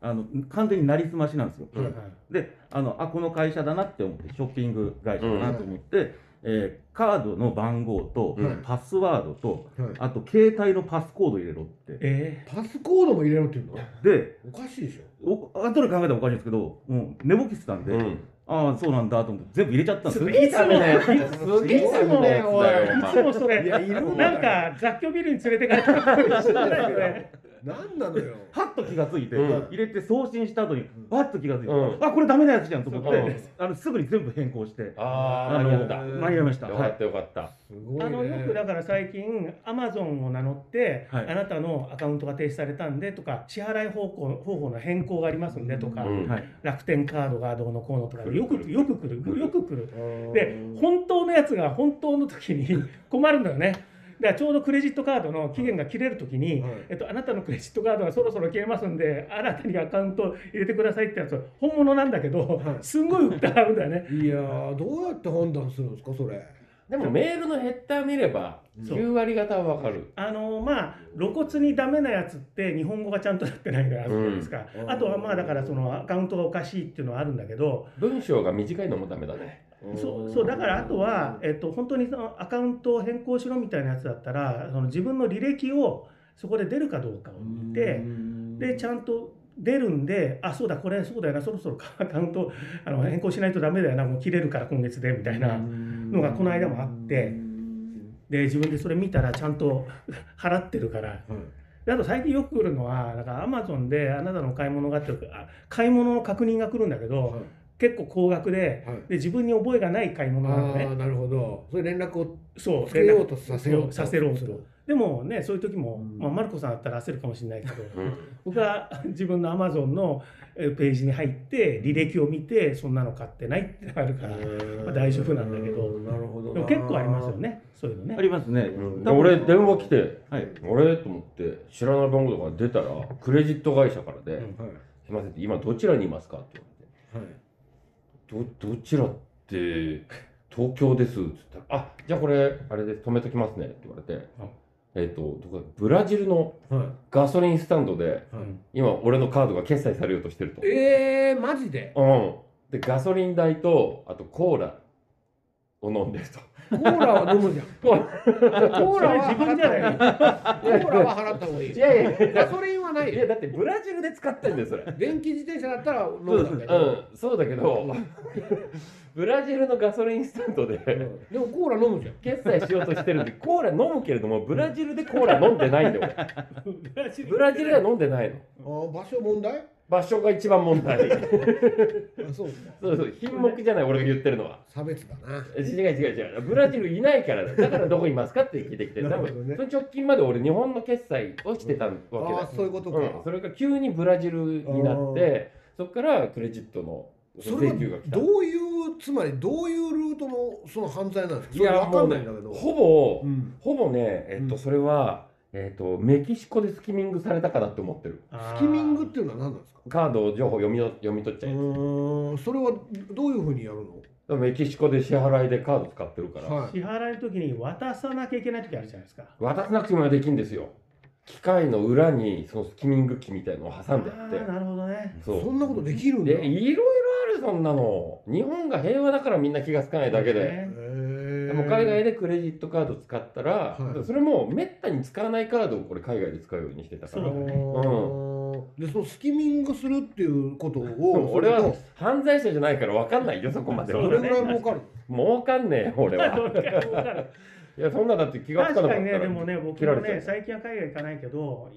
Speaker 1: あの完全になりすましなんですよ。
Speaker 2: うん
Speaker 1: であのあこの会社だなって思ってショッピング会社だなと思って、えーカードの番号と、
Speaker 4: うん
Speaker 1: パスワードと
Speaker 3: はい、
Speaker 1: あと携帯のパスコード入れろって
Speaker 2: え
Speaker 3: パスコードも入れろっていうの
Speaker 1: で
Speaker 3: おかしいでしょ。
Speaker 1: お後で考えたらおかしいんですけどもう寝ぼけてたんで、
Speaker 4: うん
Speaker 1: ああそうなんだと思って全部入れちゃったんです
Speaker 4: す
Speaker 1: よ。
Speaker 4: げえダメなやつだすげえダメなやつだよお
Speaker 2: ーい
Speaker 4: 前
Speaker 2: つもそれ
Speaker 3: いやいるんだよ
Speaker 2: なんか雑居ビルに連れてかれたら一緒じゃないよね
Speaker 3: なんなのよ。
Speaker 1: はっと気がついて、
Speaker 4: うん
Speaker 1: 入れて送信した後に
Speaker 3: ん
Speaker 1: わっと気がついて、
Speaker 4: うん
Speaker 1: あこれダメなやつじゃんと思って、
Speaker 4: うん
Speaker 1: あのすぐに全部変更して
Speaker 4: ああ
Speaker 1: あ
Speaker 4: 間
Speaker 1: の
Speaker 4: に合ったよ
Speaker 1: 間に合いました。は
Speaker 4: か
Speaker 1: い
Speaker 4: ったよかった
Speaker 3: すごいね。
Speaker 2: あのよくだから最近アマゾンを名乗って、
Speaker 1: はい
Speaker 2: あなたのアカウントが停止されたんでとか支払い方向方法の変更がありますんでとか、
Speaker 4: うん
Speaker 1: はい、
Speaker 2: 楽天カードがどうのこうのとか
Speaker 4: 来る
Speaker 2: よくよく来るよく来る
Speaker 3: うん
Speaker 2: で本当のやつが本当の時に 困るんだよねだからちょうどクレジットカードの期限が切れる時に、
Speaker 3: はい
Speaker 2: えっと、あなたのクレジットカードがそろそろ消えますんで新たにアカウント入れてくださいってやつ本物なんだけど、
Speaker 3: はい
Speaker 2: すんごい疑うんだよね
Speaker 3: いやーどうやって判断するんですかそれ。
Speaker 4: でもメールのヘッダー見れば
Speaker 2: そう
Speaker 4: 9割方はわかる
Speaker 2: あのまあ露骨にダメなやつって日本語がちゃんとなってないからあるじゃないですか、
Speaker 3: うん
Speaker 2: あとはまあだからそのアカウントがおかしいっていうのはあるんだけど、
Speaker 4: 文章が短いのもダメだね
Speaker 2: そうそうだからあとは、えっと、本当にそのアカウントを変更しろみたいなやつだったらその自分の履歴をそこで出るかどうかを見てでち
Speaker 3: ゃん
Speaker 2: ゃんと出るんであそうだこれそうだよなそろ そろアカウントあの変更しないとダメだよなもう切れるから今月でみたいな。
Speaker 3: の
Speaker 2: がこの間もあってで自分でそれ見たらちゃんと 払ってるから、であと最近よく来るのはなんかアマゾンであなたの買い物があってあ買い物の確認が来るんだけど、
Speaker 3: はい
Speaker 2: 結構高額で
Speaker 3: はい
Speaker 2: で自分に覚えがない買い
Speaker 3: あ
Speaker 2: 物なの
Speaker 3: ー
Speaker 2: ね
Speaker 3: なるほど。それ連絡を
Speaker 2: そう
Speaker 3: つけようとさせよう
Speaker 2: そう
Speaker 3: と
Speaker 2: させろうとでもねそういう時も、
Speaker 3: うん
Speaker 2: まあ、マルコさんだったら焦るかもしれないけど
Speaker 4: うん
Speaker 2: 僕は 自分のアマゾンのえページに入って履歴を見てそんなの買ってないってなるから、まあ大丈夫なんだけど
Speaker 3: うんなるほど
Speaker 2: で
Speaker 3: な。
Speaker 2: も結構ありますよねそういうのね
Speaker 1: あ。りますね。
Speaker 4: うんで
Speaker 1: 多分
Speaker 4: 俺電話来て
Speaker 1: はい
Speaker 4: 「あれ?」と思って知らない番号とか出たらクレジット会社から
Speaker 2: う
Speaker 4: で
Speaker 2: ん
Speaker 3: はい。
Speaker 4: 「すいません今どちらにいますか?」って
Speaker 3: はい。
Speaker 4: 言われて「どどちらって東京です」っつったら「あじゃあこれあれです止めときますね」って言われて
Speaker 2: うん
Speaker 4: えっとどこだブラジルの
Speaker 3: はい。
Speaker 4: ガソリンスタンドで
Speaker 2: うん
Speaker 4: 今俺のカードが決済されようとしてると。
Speaker 3: えー、マジで
Speaker 4: うん、でガソリン代とあとコーラを飲んでると。
Speaker 3: コーラは飲 むじゃん。
Speaker 4: コ
Speaker 3: コーラは
Speaker 2: それ自分じゃない
Speaker 3: い。コーラは払った方がいい。
Speaker 4: いやいやい
Speaker 3: ガソリンはない
Speaker 4: やい
Speaker 3: よ。
Speaker 4: やだってブラジルで使ってんだよそれ。
Speaker 3: 電気自転車だったら飲むんだけ
Speaker 4: う
Speaker 3: ど。
Speaker 4: ん、そうだけど、ブラジルのガソリンスタンド
Speaker 3: う
Speaker 4: で
Speaker 3: んでもコーラ飲むじゃん。
Speaker 4: 決済しようとしてるんで、コーラ飲むけれども、ブラジルでコーラ飲んでないんだよ、
Speaker 2: ブラジ
Speaker 4: 俺ブラジルでは飲んでないの。
Speaker 3: あー場所問題
Speaker 4: 場所が一番問題。
Speaker 3: あそうか
Speaker 4: そうそう、品目じゃない、俺が言ってるのは。
Speaker 3: 差別だな。
Speaker 4: 違う違う違う、ブラジルいないからだよ、だからどこいますかって聞いてきて、多
Speaker 3: なるほど
Speaker 4: 分
Speaker 3: ね
Speaker 4: その直近まで俺、日本の決済をしてたわけだ
Speaker 3: ああ、そういうことか。
Speaker 4: うん、それが急にブラジルになってそこからクレジットの
Speaker 3: それは
Speaker 4: 請求が来た
Speaker 3: どういうつまりどういうルートのその犯罪なんですか。それわか
Speaker 4: もうん
Speaker 3: な
Speaker 4: ね
Speaker 3: いんだけど。
Speaker 4: ほぼ、
Speaker 3: うん
Speaker 4: ほぼねえっ
Speaker 3: う
Speaker 4: と、
Speaker 3: ん
Speaker 4: それは、えっと、メキシコでスキミングされたかなって思ってる
Speaker 3: スキミングっていうのは何なんですか。
Speaker 4: カード情報読みの読み取っ
Speaker 3: う
Speaker 4: ちゃう、
Speaker 3: ーん、それはどういうふうにやるの。
Speaker 4: メキシコで支払いでカード使ってるから、
Speaker 3: はい。
Speaker 2: 支払いの時に渡さなきゃいけない時あるじゃないですか。
Speaker 4: 渡さなくてもできるんですよ機械の裏にそのスキミング機みたいのを挟んであっ
Speaker 2: あー
Speaker 4: て
Speaker 2: なるほどね。
Speaker 4: そう
Speaker 3: そんなことできるんだ。
Speaker 4: でいろいろあるそんなの日本が平和だからみんな気がつかないだけで、
Speaker 2: ね
Speaker 4: で
Speaker 3: で
Speaker 4: も海外でクレジットカード使ったら、
Speaker 3: はい
Speaker 4: それもめったに使わないカードをこれ海外で使うようにしてたから
Speaker 2: そうだね
Speaker 3: でそのスキミングするっていうこと
Speaker 4: でも
Speaker 3: を
Speaker 4: 俺は
Speaker 3: それと
Speaker 4: 犯罪者じゃないから分かんないよそこまでは
Speaker 2: そ
Speaker 3: ど
Speaker 2: う
Speaker 3: れ
Speaker 2: だ
Speaker 3: ぐ
Speaker 2: ね
Speaker 3: らい儲かる
Speaker 4: 儲かんねえ俺は
Speaker 2: そうかそうか
Speaker 4: いやそんなだって気がつか
Speaker 2: 確
Speaker 4: なか
Speaker 2: かに
Speaker 4: った
Speaker 2: ね、
Speaker 4: ら
Speaker 2: でもね、僕
Speaker 4: 切ら
Speaker 2: も
Speaker 4: れちゃ
Speaker 2: ね、
Speaker 4: う
Speaker 2: 最近は海外行かないけど、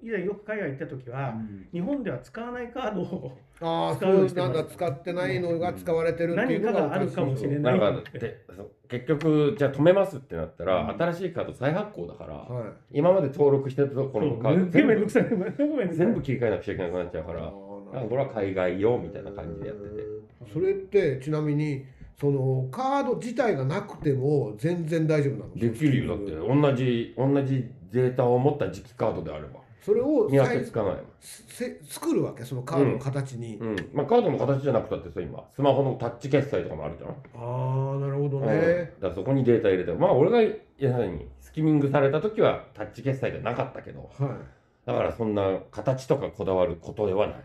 Speaker 2: い以前よく海外行った時は、日本では使わないカードを
Speaker 3: ああそ
Speaker 2: 使
Speaker 3: うう
Speaker 2: よう
Speaker 3: い
Speaker 2: にし
Speaker 3: う
Speaker 2: てま
Speaker 3: な
Speaker 2: す
Speaker 3: んか使ってないのが使われてるってい
Speaker 2: 何
Speaker 3: う
Speaker 2: か
Speaker 3: の
Speaker 2: があるかもしれ
Speaker 3: い
Speaker 2: な
Speaker 4: ないん
Speaker 2: と
Speaker 4: か
Speaker 2: 思って。
Speaker 4: でそう結局じゃあ止めますってなったら、新しいカード再発行だから、
Speaker 3: は
Speaker 4: 今まで登録してたと
Speaker 2: そ
Speaker 4: こ
Speaker 2: う
Speaker 4: ろのカード
Speaker 2: すっげえめん
Speaker 4: 全
Speaker 2: ど
Speaker 4: 部
Speaker 2: くさい。ごめんなさい
Speaker 4: 全部切り替えなくちゃいけなくなっちゃう
Speaker 3: い
Speaker 4: から
Speaker 3: あーなるほ
Speaker 4: なんか
Speaker 3: ど
Speaker 4: これは海外用みたいな感じでやってて
Speaker 3: それってちなみにそのカード自体がなくても全然大丈夫なの
Speaker 4: できるよだって同じ同じデータを持った磁気カードであれば
Speaker 3: それを
Speaker 4: 見分け
Speaker 3: 再
Speaker 4: つかないもん
Speaker 3: せ作るわけそのカードの形に、
Speaker 4: うんまあ、カードの形じゃなくたってさ今スマホのタッチ決済とかもあるじゃん、
Speaker 3: ああなるほど
Speaker 4: うん、
Speaker 3: ね、
Speaker 4: だからそこにデータ入れてまあ俺がやはりスキミングされた時はタッチ決済じゃなかったけど
Speaker 3: はい
Speaker 4: だからそんな形とかこだわることではない、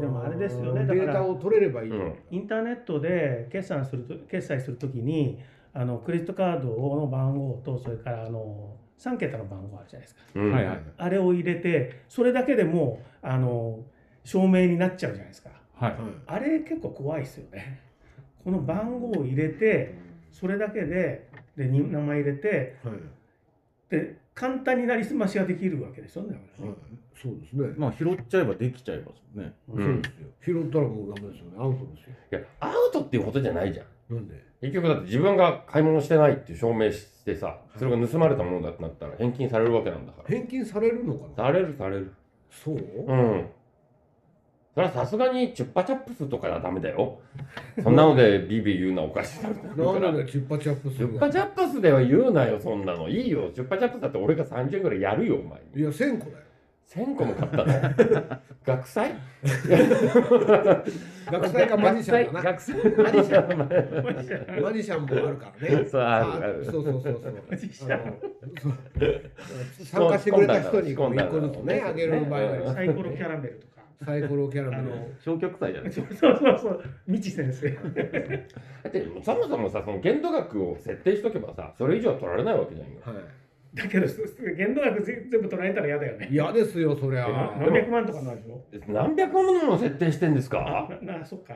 Speaker 2: でもあれですよねだ
Speaker 3: デ
Speaker 2: から
Speaker 3: ータを取れればいい、
Speaker 4: うん、
Speaker 2: インターネットで決算すると決済するときにあのクレジットカードの番号とそれからあの3桁の番号あるじゃないですか
Speaker 4: うん
Speaker 1: はいはい
Speaker 2: あれを入れてそれだけでもうあの証明になっちゃうじゃないですか
Speaker 1: はい
Speaker 3: はい
Speaker 2: あれ結構怖いですよねこの番号を入れてそれだけででに名前入れて
Speaker 3: はい
Speaker 2: で簡単になりすましができるわけですよね。
Speaker 3: はい、そうですね、
Speaker 1: まあ拾っちゃえばできちゃいますね。
Speaker 4: うん
Speaker 3: そうですよ拾ったらもうダメですよねアウトですよ
Speaker 4: いやアウトっていうことじゃないじゃん
Speaker 3: なんで
Speaker 4: 結局だって自分が買い物してないって証明してさそれが盗まれたものだってなったら返金されるわけなんだから
Speaker 3: 返金されるのかな
Speaker 4: されるされる
Speaker 3: そう、
Speaker 4: うんそれはさすがにチュッパチャップスとかはダメだよそんなのでビビ言うのはおかしいだろ
Speaker 3: なん
Speaker 4: だ
Speaker 3: で
Speaker 4: か
Speaker 3: だ
Speaker 4: ら
Speaker 3: よチュッパチャップす
Speaker 4: チュ
Speaker 3: る
Speaker 4: ッ
Speaker 3: が
Speaker 4: パチャップスでは言うなよそんなのいいよチュッパチャップスだって俺が30円ぐらいやるよお前に
Speaker 3: いや1000個だよ
Speaker 4: 1000個も買ったの学祭
Speaker 3: 学祭かマジシャンだな
Speaker 4: 学祭
Speaker 3: マ
Speaker 4: 学祭
Speaker 3: ジシャン
Speaker 2: うん
Speaker 3: マジシャンもあるからね。
Speaker 4: そうあるある
Speaker 3: そうそうそうそう。
Speaker 2: マジシャン
Speaker 3: あのそう参加してくれた人にこう
Speaker 4: 仕込んだ
Speaker 3: 一個
Speaker 4: ら
Speaker 3: ずつね
Speaker 4: 仕込んだら
Speaker 3: あげる場合は
Speaker 2: サイコロキャラメルとか。
Speaker 3: サイコロキャラメル
Speaker 2: あの
Speaker 1: 消極罪じゃないです
Speaker 2: そうそうそうそう、未知先生。
Speaker 4: だってそもそもさその限度額を設定しとけばさそれ以上は取られないわけじゃんよ
Speaker 3: は
Speaker 2: だけど、そ限度額ぜ全部取られたら嫌だよ
Speaker 3: い。
Speaker 2: ね。
Speaker 3: 嫌ですよそりゃ。
Speaker 4: え
Speaker 2: 何百万とかなんでしょ
Speaker 4: 何百ものも設定してんです
Speaker 2: あ
Speaker 4: か
Speaker 2: なな、そっか。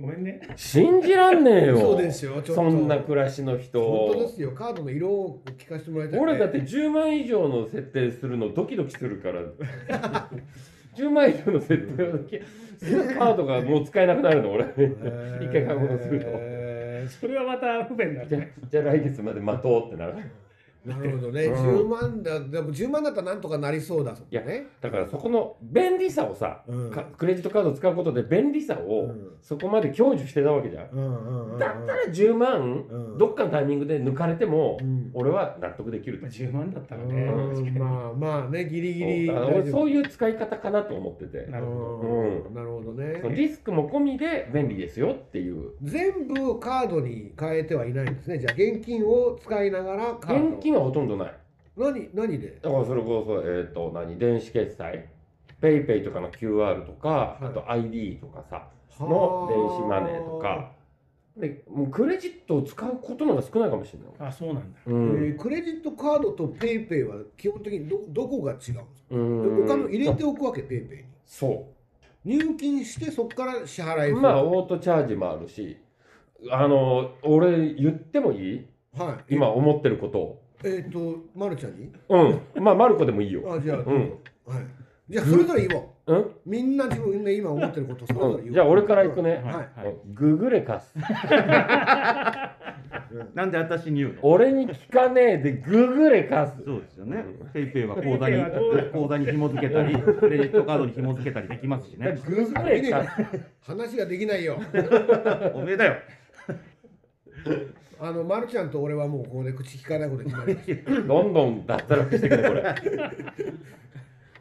Speaker 2: ごめんね。
Speaker 4: 信じらんねえよ
Speaker 3: そうですよちょっと
Speaker 4: そんな暮らしの人
Speaker 3: 本当ですよカードの色を聞かせてもらいたいね。
Speaker 4: 俺だって10万以上の設定するのドキドキするから 10万以上の設定をするカードがもう使えなくなるの俺
Speaker 3: えー
Speaker 4: 一回買い物すると
Speaker 3: え
Speaker 2: それはまた不便だ
Speaker 4: じゃあ
Speaker 2: ね。
Speaker 4: じゃあ来月まで待とうってなる
Speaker 3: ーなるほどね。
Speaker 4: うん
Speaker 3: 10万だでも10万だったらなんとかなりそうだそこね。
Speaker 4: だからそこの便利さをさ、
Speaker 3: うん
Speaker 4: かクレジットカード使うことで便利さ
Speaker 3: う
Speaker 4: を
Speaker 3: ん
Speaker 4: そこまで享受してたわけじゃん、
Speaker 3: うんうんうんうん。
Speaker 4: だったら10万、
Speaker 3: うん
Speaker 4: どっかのタイミングで抜かれても、
Speaker 3: うん
Speaker 4: 俺は納得できると
Speaker 2: 10万だったらね。確
Speaker 3: う
Speaker 2: か
Speaker 3: ん
Speaker 2: に
Speaker 3: まあまあねギリギリ
Speaker 4: そうだから俺そういう使い方かなと思ってて
Speaker 2: なるほど。
Speaker 3: うんなるほどね
Speaker 4: その。リスクも込みで便利ですよっていう
Speaker 3: 全部カードに変えてはいないんですね。じゃあ現金を使いながらカード。
Speaker 4: 現金はほとんどない
Speaker 3: 何何で？
Speaker 4: だからそれこそえっ、と何電子決済 PayPay とかの QR とか、
Speaker 3: はい
Speaker 4: あと ID とかさ
Speaker 3: は
Speaker 4: の
Speaker 3: あ
Speaker 4: 電子マネーとか。でもうクレジットを使うことの方が少ないかもしれない
Speaker 2: あ、そうなんだ。
Speaker 4: う
Speaker 3: え
Speaker 4: ん、
Speaker 3: ークレジットカードとペイペイは基本的にどどこが違うんですか。
Speaker 4: うん
Speaker 3: お金を入れておくわけペイペ
Speaker 4: そ
Speaker 3: イに。入金してそこから支払いうする。
Speaker 4: まあオートチャージもあるしあの俺言ってもいい
Speaker 3: はい。
Speaker 4: 今思ってることを
Speaker 3: えっ、とマルちゃんに。
Speaker 4: うんまあマルコでもいいよ
Speaker 3: あじゃあ、
Speaker 4: うん
Speaker 3: はい。じゃあそれぞれ言おう。
Speaker 4: うん
Speaker 3: みんな自分で今思ってることそれぞれ言おう。
Speaker 4: うんじゃあ俺から行くね、
Speaker 3: はい
Speaker 1: はい
Speaker 4: うんググれかす
Speaker 1: なんで私に言うの
Speaker 4: 俺に聞かねえでググれかす
Speaker 1: そうですよね。ペイペイは口座に
Speaker 2: PayPay はどうだろう
Speaker 1: 口座に紐付けたり、 クレジットカードに紐付けたりできますしね。
Speaker 4: ググれかす
Speaker 3: 話ができないよ。
Speaker 1: おめえだよ。
Speaker 3: あのマルちゃんと俺はもうここで口聞かないことに決まりました。
Speaker 4: どんどん脱落してくるこ れ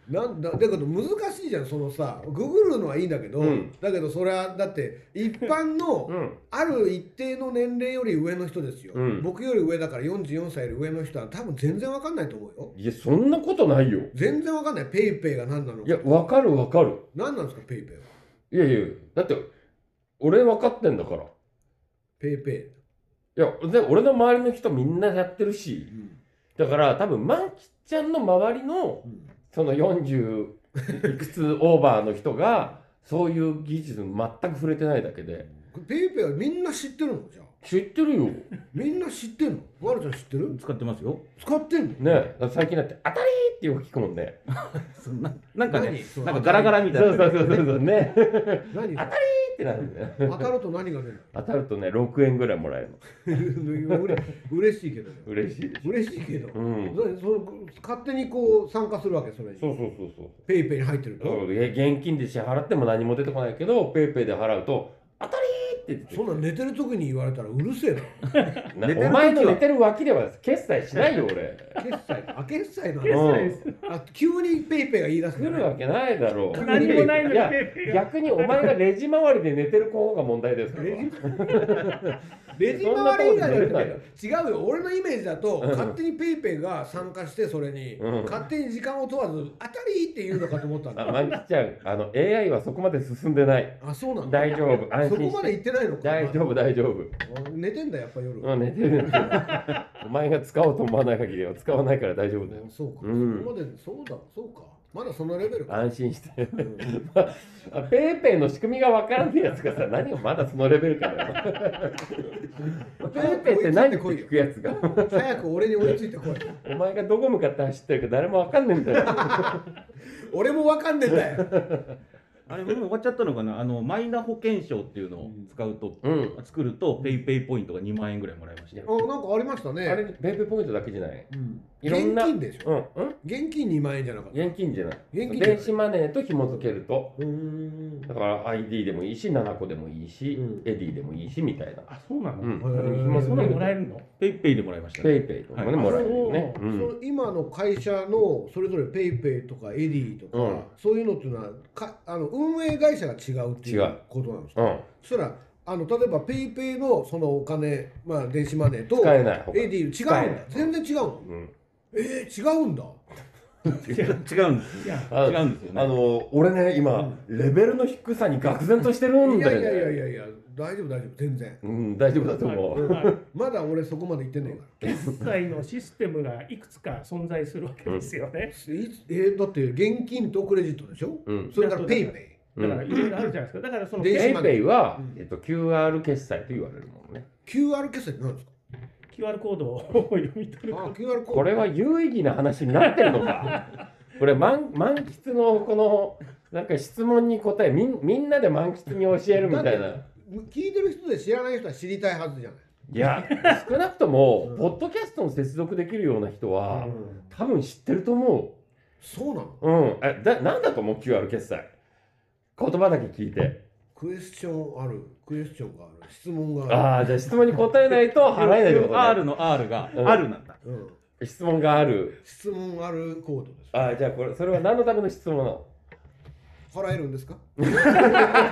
Speaker 3: なんだだけど難しいじゃんそのさググるのはいいんだけど、
Speaker 4: うん
Speaker 3: だけどそれはだって一般
Speaker 4: う
Speaker 3: の
Speaker 4: ん
Speaker 3: ある一定の年齢より上の人ですよ、
Speaker 4: うん
Speaker 3: 僕より上だから44歳より上の人は多分全然わかんないと思うよ
Speaker 4: いやそんなことないよ
Speaker 3: 全然わかんないペイペイが何なの
Speaker 4: い
Speaker 3: か
Speaker 4: やわかるわかる
Speaker 3: 何なんですかペイペイはい
Speaker 4: やいやだって俺分かってんだからい
Speaker 3: ペイペ
Speaker 4: やで俺の周りの人みんなやってる
Speaker 3: イ、
Speaker 4: し
Speaker 3: うん
Speaker 4: だから多分マンキちゃんの周りの
Speaker 3: うん
Speaker 4: その40いくつオーバーの人がそういう技術に全く触れてないだけで
Speaker 3: ペイペイはみんな知ってるのじゃあ
Speaker 4: 知ってるよ
Speaker 3: みんな知ってるのワルちゃん知ってる
Speaker 1: 使ってますよ。
Speaker 3: 使ってんの
Speaker 4: ねだから最近だって当たりってよく聞くもんね
Speaker 1: そんななんかね
Speaker 3: 何、そう
Speaker 1: なんかガラガラみ
Speaker 4: そ
Speaker 1: たいな。
Speaker 4: うそうそうそうね
Speaker 3: 何
Speaker 4: 当たピーってなるんだよ
Speaker 3: 当たると何が出
Speaker 4: 当たるとね6円ぐらいもらえるの
Speaker 3: るの うれ嬉しいけどね
Speaker 4: 嬉しいでしょ
Speaker 3: 嬉しいけど、
Speaker 4: うん
Speaker 3: それその勝手にこう参加するわけそれに
Speaker 4: そうそうそうそう
Speaker 3: ペイペイに入ってる
Speaker 4: だ
Speaker 3: と、
Speaker 4: からえ現金で支払っても何も出てこないけどペイペイで払うと当たりーって
Speaker 3: そんな寝てる時に言われたらうるせえな
Speaker 4: な
Speaker 1: 寝てる時は
Speaker 4: お前の寝てる脇では決済しないよ俺
Speaker 3: 決済あ決済の
Speaker 2: 決
Speaker 3: 話
Speaker 2: 済です
Speaker 3: あ急にペイペイが言い出す
Speaker 4: 来
Speaker 3: から
Speaker 4: るわけないだろう
Speaker 2: 何もないのに
Speaker 4: や
Speaker 2: ペイペイが
Speaker 4: 逆にお前がレジ回りで寝てる方が問題ですから
Speaker 3: レジレジ回りがね違うよ俺のイメージだと
Speaker 4: うん
Speaker 3: 勝手にペイペイが参加してそれに
Speaker 4: うん
Speaker 3: 勝手に時間を問わず当たりって言うのかと思ったん
Speaker 4: あ
Speaker 3: だ
Speaker 4: マキちゃんあの AI はそこまで進んでない
Speaker 3: あそうなんだ
Speaker 4: 大丈夫安
Speaker 3: そ
Speaker 4: 心
Speaker 3: こま
Speaker 4: し
Speaker 3: で
Speaker 4: て
Speaker 3: 行ってないのか
Speaker 4: 大丈夫大丈夫
Speaker 3: あ寝てんだやっぱ夜、
Speaker 4: うん寝てる寝てるお前が使おうと思わない限りは使わないから大丈夫だよ
Speaker 3: そうか、
Speaker 4: うん
Speaker 3: そこまでそうだそうかまだそのレベルか
Speaker 4: 安心して、まあ、ペイペイの仕組みが分からないやつがさ何をまだそのレベルかだよペイペイって何って
Speaker 3: 追いついてこいよ
Speaker 4: 聞くやつが
Speaker 3: 早く俺に追いついてこい
Speaker 4: お前がどこ向かって走ってるか誰も分かんねえんだよ
Speaker 3: 俺もわかんねえんだよ
Speaker 1: あれもう終わっちゃったのかな。あのマイナ保険証っていうのを使うと、
Speaker 4: うん
Speaker 1: 作るとペイペイポイントが2万円ぐらいもらえましたよ。
Speaker 3: あなんかありました
Speaker 4: あ
Speaker 3: ね
Speaker 4: れペイペイポイントだけじゃない
Speaker 3: うん
Speaker 4: いろん
Speaker 3: 現
Speaker 4: な
Speaker 3: 金でしょ
Speaker 4: うんうん
Speaker 3: 現金2万円じゃなかった
Speaker 4: 現金じゃない
Speaker 3: 現金じゃない
Speaker 4: 電子マネーと紐付けると
Speaker 3: うーん
Speaker 4: だから ID でもいいし7個でもいいし、
Speaker 3: うん
Speaker 4: エディでもいいしみたいな
Speaker 2: あ、そうなの。
Speaker 4: うん
Speaker 3: へー
Speaker 4: 紐
Speaker 2: そん
Speaker 4: 付
Speaker 2: な
Speaker 4: け
Speaker 2: の
Speaker 4: る
Speaker 2: も
Speaker 4: と
Speaker 2: らえるの。
Speaker 1: ペイペイでもらいましたね。
Speaker 4: ペイペイとかもねもらえるよね、
Speaker 2: あ
Speaker 4: う
Speaker 3: そ
Speaker 4: ん、
Speaker 3: の今の会社のそれぞれペイペイとかエディとか、
Speaker 4: うん
Speaker 3: そういうのっていうのはかあの運営会社が違うってい
Speaker 4: 違
Speaker 3: う
Speaker 4: う
Speaker 3: ことなんですか
Speaker 4: うん、
Speaker 3: そしたらあの例えばペイペイのそのお金、まあ、電子マネーと
Speaker 4: 使えない他
Speaker 3: エディ違うん
Speaker 4: 使えな
Speaker 3: だ
Speaker 4: い
Speaker 3: 全然違うの
Speaker 4: うん
Speaker 3: えー、違うんだ
Speaker 1: 違う違うんです。
Speaker 2: いや、
Speaker 4: あ
Speaker 1: 違うんですよね
Speaker 4: あの俺ね今、レベルの低さに愕然としてるん
Speaker 3: い
Speaker 4: だ
Speaker 3: や
Speaker 4: よ
Speaker 3: い
Speaker 4: ね
Speaker 3: やいやいやいや大丈夫大丈夫全然
Speaker 4: うん大丈夫だと思う、
Speaker 2: まあまあ
Speaker 3: まだ俺そこまで行ってないから
Speaker 2: 決済のシステムがいくつか存在するわけですよね。
Speaker 3: いつえー、だって現金とクレジットでしょ
Speaker 4: うん
Speaker 3: それからペイペ
Speaker 4: う
Speaker 2: だから
Speaker 4: ん
Speaker 2: いろいろあるじゃないですか。だからその
Speaker 3: 電子
Speaker 4: ペイペイは、
Speaker 3: うん
Speaker 4: えっと、QR 決済と言われるものね
Speaker 3: イ QR 決済って何ですか
Speaker 2: QR コードを 読み取る
Speaker 3: あ QR コード
Speaker 4: これは有意義な話になってるのか これ満満喫のこのなんか質問に答えみんみんなで満喫に教えるみたいな
Speaker 3: だ聞いてる人で知らない人は知りたいはずじゃない
Speaker 4: いや 少なくとも、
Speaker 3: うん
Speaker 4: ポッドキャストの接続できるような人は、
Speaker 3: うん
Speaker 4: 多分知ってると思
Speaker 3: そうなの
Speaker 4: ううんえだなんだと思う QR 決済言葉だけ聞いて
Speaker 3: クエスチョンあるクエスチョンがある質問があ
Speaker 4: ああ、じゃあ質問に答えないと払えないってことね。
Speaker 1: R の R が
Speaker 4: うん
Speaker 1: R なんだ。
Speaker 3: る、うん、
Speaker 4: 質問がある。
Speaker 3: 質問あるコードです
Speaker 4: ああ、じゃあこれ、それは何のための質問なの
Speaker 3: 払えるん ですかこれで払えるんですか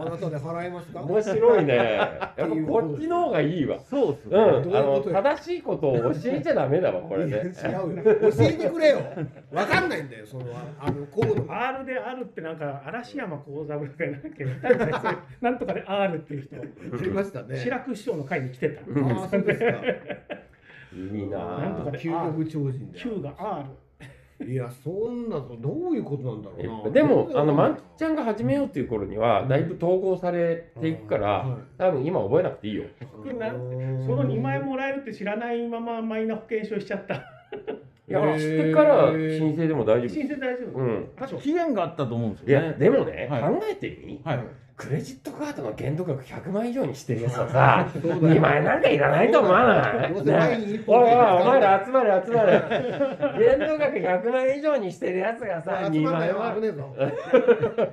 Speaker 3: あなたで払えますか
Speaker 4: 面白 いね。やっぱこっちの方がいいわ。
Speaker 1: そうっす
Speaker 4: うん、
Speaker 1: ね。
Speaker 4: あ
Speaker 3: どういう
Speaker 4: の
Speaker 3: ことよ
Speaker 4: 正しいことを教えちゃダメだわ、これ
Speaker 3: いや違
Speaker 4: ね
Speaker 3: う。よ教えてくれよわかんないんだよそのあのコードが
Speaker 2: R であるってなんか嵐山幸三郎がなんか言ったんですよなんとかで R っていう人
Speaker 3: ありましたね
Speaker 2: 志らく師匠の会に来てた
Speaker 4: ん
Speaker 3: ああそうですか
Speaker 4: いい
Speaker 2: なんと
Speaker 4: な
Speaker 2: か
Speaker 4: あ。
Speaker 2: で
Speaker 3: 究極超人だ
Speaker 2: Q が R
Speaker 3: いやそんなのどういうことなんだろうな
Speaker 4: でも、あの、まんきちゃんが始めようっていう頃には、だいぶ統合されていくから
Speaker 3: うんはい、
Speaker 4: 多分今覚えなくていいよ。
Speaker 2: くなその2万円もらえるって知らないままマイナ保険証しちゃった
Speaker 4: いや、
Speaker 3: へー
Speaker 4: 知ってから申請でも大丈
Speaker 2: 申請大丈
Speaker 4: 夫。
Speaker 2: 夫、
Speaker 4: うん。
Speaker 1: 確か期限があったと思うんです
Speaker 4: い
Speaker 1: よ
Speaker 4: や、
Speaker 1: ね。
Speaker 4: でもね、
Speaker 1: はい
Speaker 4: 考えてみ。
Speaker 1: はい。
Speaker 4: クレジットカードの限度額100万以上にしてるやつはさ、
Speaker 3: そうだよ
Speaker 4: 2万円なんかいらないと思わない
Speaker 3: どうせワイ
Speaker 4: ね
Speaker 3: ン一
Speaker 4: おいお
Speaker 3: 本
Speaker 4: い、
Speaker 3: で
Speaker 4: お前ら集まれ集まれ。限度額100万円以上にしてるやつがさ、
Speaker 3: 集
Speaker 4: 2
Speaker 3: まった
Speaker 4: 万円
Speaker 3: ら
Speaker 4: は
Speaker 3: 危。ねえ